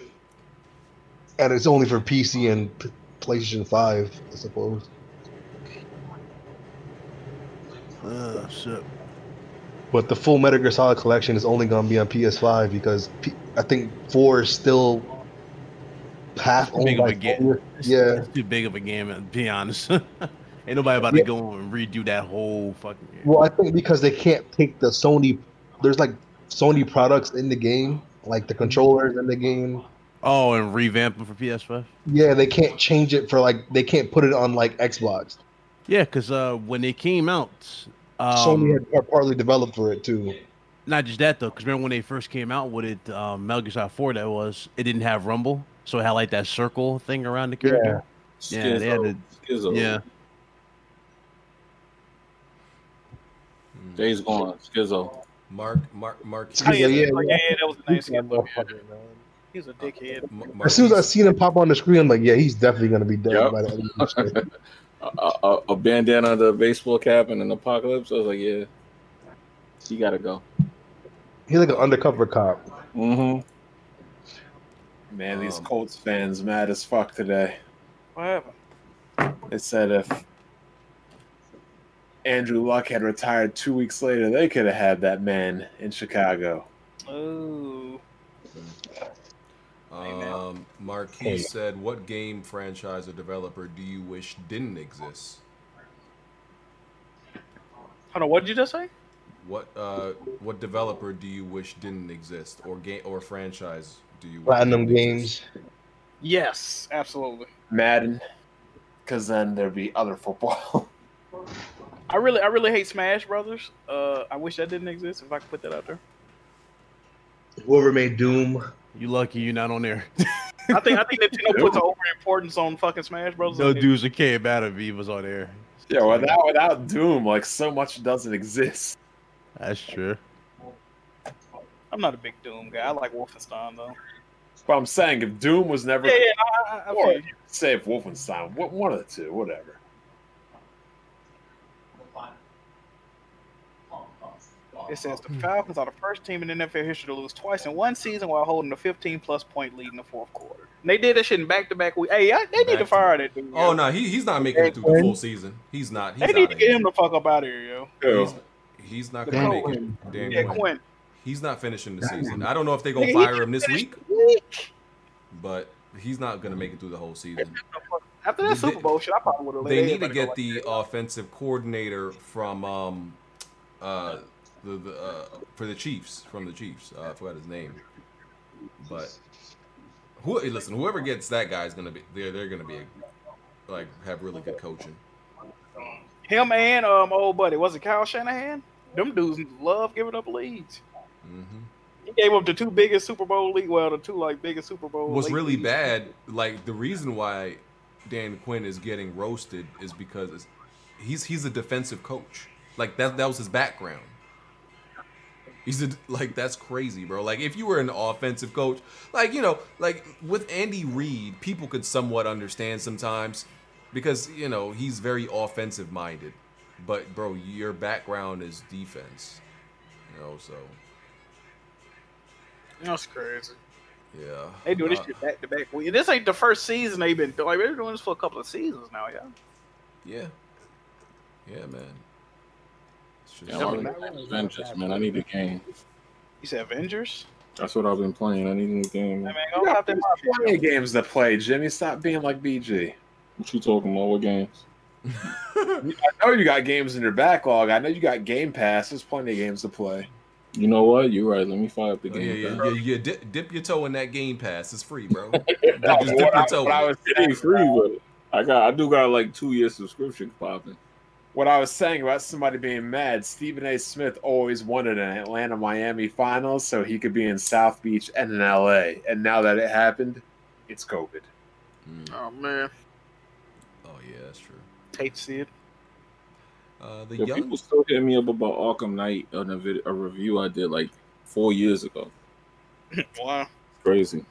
and it's only for PC and P- PlayStation Five, I suppose. Oh shit. But the full Metal Gear Solid collection is only going to be on PS5 because P- I think four is still half Too owned big of by a game. Sony. Yeah, It's too big of a game. To be honest, ain't nobody about to go and redo that whole fucking. Game. Well, I think because they can't take the Sony. There's like Sony products in the game, like the controllers in the game. Oh, and revamp them for PS5. Yeah, they can't change it for like they can't put it on like Xbox. Yeah, because uh, when they came out, um, Sony had par- partly developed for it too. not just that though, because remember when they first came out with it, um, Metal Gear Solid 4, that was it didn't have Rumble, so it had like that circle thing around the character. Yeah, Schizo. they had to. Schizo. Yeah, Days gone. Schizo. Mark, Mark, Mark. Oh, yeah, yeah, yeah, that was a nice game. He was a dickhead. As soon as I seen him pop on the screen, I'm like, yeah, he's definitely gonna be dead Yep. by the end of this shit. A, a, a bandana, the baseball cap, and an apocalypse. I was like, yeah, you gotta go. He's like an undercover cop. Mm-hmm. Man, Um, these Colts fans mad as fuck today. What happened? They said if Andrew Luck had retired two weeks later, they could have had that man in Chicago. Ooh. Um, Marquis Hey. said, "What game franchise or developer do you wish didn't exist? Hold on. What did you just say? What uh, what developer do you wish didn't exist, or game or franchise do you?" Wish Platinum didn't exist? games. Yes, absolutely. Madden, because then there'd be other football. I really, I really hate Smash Brothers. Uh, I wish that didn't exist. If I could put that out there, Whoever made Doom. you lucky you're not on there. I think, I think Nintendo puts over importance on fucking Smash Brothers. no dudes that came out of V was on there. yeah, without without Doom, like so much doesn't exist. That's true. I'm not a big Doom guy. I like Wolfenstein though. But I'm saying if Doom was never, Yeah, yeah. I, I, I or feel you. you could say if Wolfenstein, wh- one of the two, whatever. It says the Falcons are the first team in NFL history to lose twice in one season while holding a 15 plus point lead in the fourth quarter. And they did that shit in back to back week. Hey, I, they need to fire that dude. Oh yo. no, he, he's not making it through the full season. He's not. He's they not need to get him the fuck up out of here, yo. He's, he's not gonna The make Quinn. it. Dan Yeah, Quinn. Quinn. He's not finishing the Damn. season. I don't know if they're gonna Nigga, he fire just him this week, finished the week. but he's not gonna make it through the whole season. After that Super Bowl shit, I probably would have. They need to get the offensive coordinator from um uh the, the uh for the Chiefs from the Chiefs. Uh, I forgot his name, but who hey, listen whoever gets that guy is gonna be they're they're gonna be like have really good coaching. him and um old buddy. Was it Kyle Shanahan? Them dudes love giving up leads. hmm He gave up the two biggest Super Bowl lead. Well, the two like biggest Super Bowl. What's lead really leads. bad, like the reason why Dan Quinn is getting roasted is because it's, he's he's a defensive coach. Like that that was his background. He's a, like that's crazy, bro. Like if you were an offensive coach, like you know, like with Andy Reid, people could somewhat understand sometimes because you know he's very offensive minded. But bro, your background is defense. You know, so That's crazy. yeah. They doing this Uh, shit back to back. week. This ain't the first season they've been doing. Like, they're doing this for a couple of seasons now, yeah. Yeah. Yeah, man. It's Yeah, I wanna play Avengers, man. I need a game. You said Avengers? That's what I've been playing. I need a new game. Man. Go pop that poppy. Plenty of games to play, Jimmy. Stop being like BG. What you talking about? What games? I know you got games in your backlog. I know you got Game Pass. There's plenty of games to play. You know what? You're right. Let me fire Oh, up the Yeah, game. yeah, yeah, Pass. yeah. Dip, dip your toe in that Game Pass. It's free, bro. Just dip your toe. in what I it. was It ain't free, but I got I do got like two year subscription popping. what I was saying about somebody being mad, Stephen A. Smith always wanted an Atlanta Miami finals so he could be in South Beach and in LA. And now that it happened, it's COVID. Oh man. Mm. Oh yeah, that's true. Hate to see it. Uh, the Yeah, young people still hit me up about Arkham Knight on a, vid- a review I did like four years ago. wow. Crazy.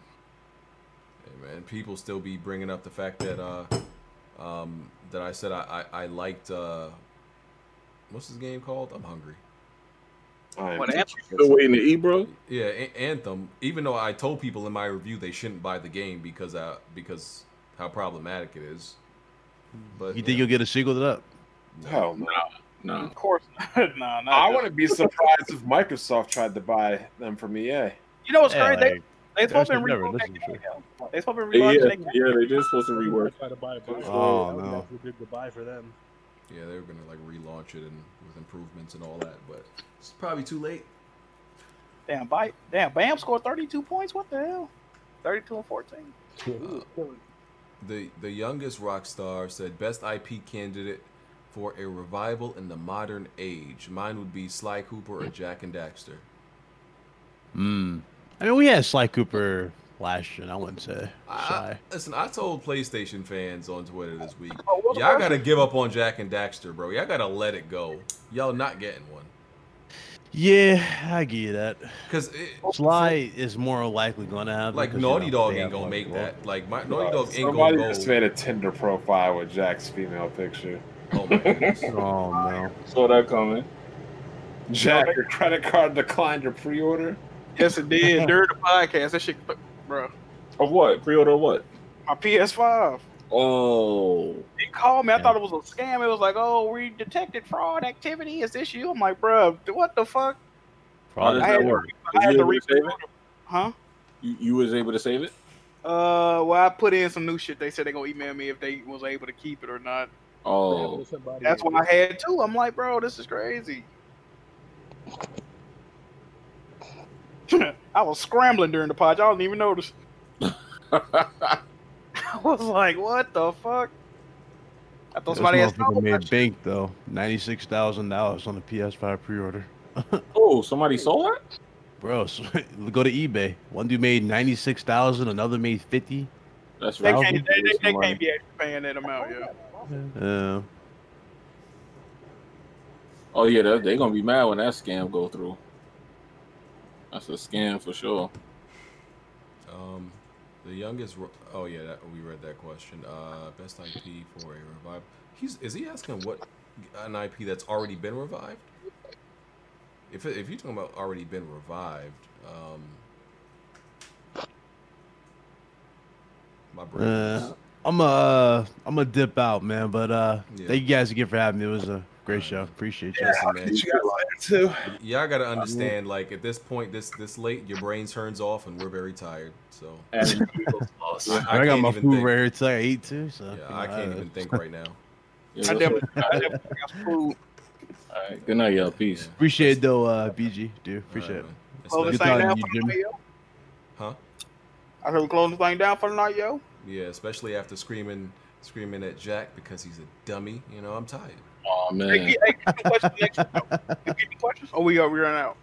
Hey, man, people still be bringing up the fact that uh, um, that I said I I, I liked uh, what's this game called? I'm hungry. What Still waiting to eat, bro. Yeah, A- Anthem. Even though I told people in my review they shouldn't buy the game because uh because how problematic it is. But Hmm. You think you'll get a sequel to that? Oh, no. No, Of course. nah, nah. I wouldn't be surprised if Microsoft tried to buy them from E EA. You know what's Yeah, crazy? like, they they supposed to I've never relaunch that listened game. to it. yo. They supposed to yeah, relaunch yeah, that game. yeah, E they just supposed to rework. Try to buy a buy. Oh, That would no. actually be a good goodbye for them. Yeah, they were gonna like relaunch it and with improvements and all that, but it's probably too late. Damn, bite. Damn, Bam scored 32 points. What the hell? 32 and Oh, 14. The the youngest rock star said best IP candidate for a revival in the modern age. Mine would be Sly Cooper or Jack and Daxter. Mm. I mean, we had Sly Cooper last year. and I wouldn't say I, Sly. listen, I told PlayStation fans on Twitter this week, Oh, what- y'all gotta give up on Jack and Daxter, bro. Y'all gotta let it go. Y'all not getting one Yeah, I give you that. because it, Sly is more likely going to have like Naughty Dog ain't gonna make that. Like my Naughty Dog ain't Somebody gonna go. just made a Tinder profile with Jack's female picture. Oh my goodness. Oh no. Saw that coming. Jack, your credit card declined your pre order? Yes, it did. During the podcast, that shit, bro. Of what? Pre-order what? My PS5. Oh, They called me. I thought it was a scam. It was like, oh, we detected fraud activity. Is this you? I'm like, bro, what the fuck? how Probably. does I that had- work? I Did had you to able to save it? reorder. Huh? You, you was able to save it? Uh, well, I put in some new shit. They said they gonna email me if they was able to keep it or not. Oh, That's what I had too. I'm like, bro, this is crazy. I was scrambling during the pod. Y'all didn't even notice. I was like, what the fuck? I thought This somebody had motherfucker stole my made shit. bank though. Ninety-six thousand dollars on the PS5 pre-order. oh, somebody sold it. Bro, so, go to eBay. One dude made ninety-six thousand, another made fifty. That's They right. can't, they, they, they can't be actually paying that amount, yeah. Uh, Oh yeah, they're, they gonna be mad when that scam go through. That's a scam for sure. Um, the youngest. ro- Oh yeah, that, we read that question. Uh, best IP for a revival. He's is he asking what an IP that's already been revived? If if you're talking about already been revived, um, my brain. Uh, I'm uh I'm gonna dip out, man. But uh, Yeah. thank you guys again for having me. It was a great show. Appreciate you. Listen, man. too. Y'all gotta understand, like at this point, this this late, your brain turns off, and we're very tired. So And I, I, got can't my even food think. right here too. I ate too. So you know, I can't uh, even think right now. I never- I never food. All right. Good night, y'all. Peace. Appreciate it though, uh, BG, dude. Appreciate it. Close this Good thing talking down to for you, the night, Jimmy. yo. Huh? I said we close this thing down for the night, yo. Yeah, especially after screaming screaming at Jack because he's a dummy. You know, I'm tired. Oh Hey, hey, get the questions next week, yo. You get the questions? Oh, we are we running out.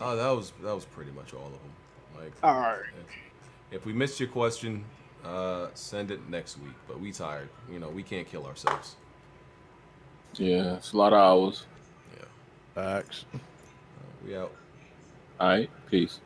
Oh, that was that was pretty much all of them. Like, All right. if, if we missed your question, uh, send it next week. But we tired. You know, we can't kill ourselves. Yeah, it's a lot of hours. Yeah. Facts. Uh, we out. All right. Peace.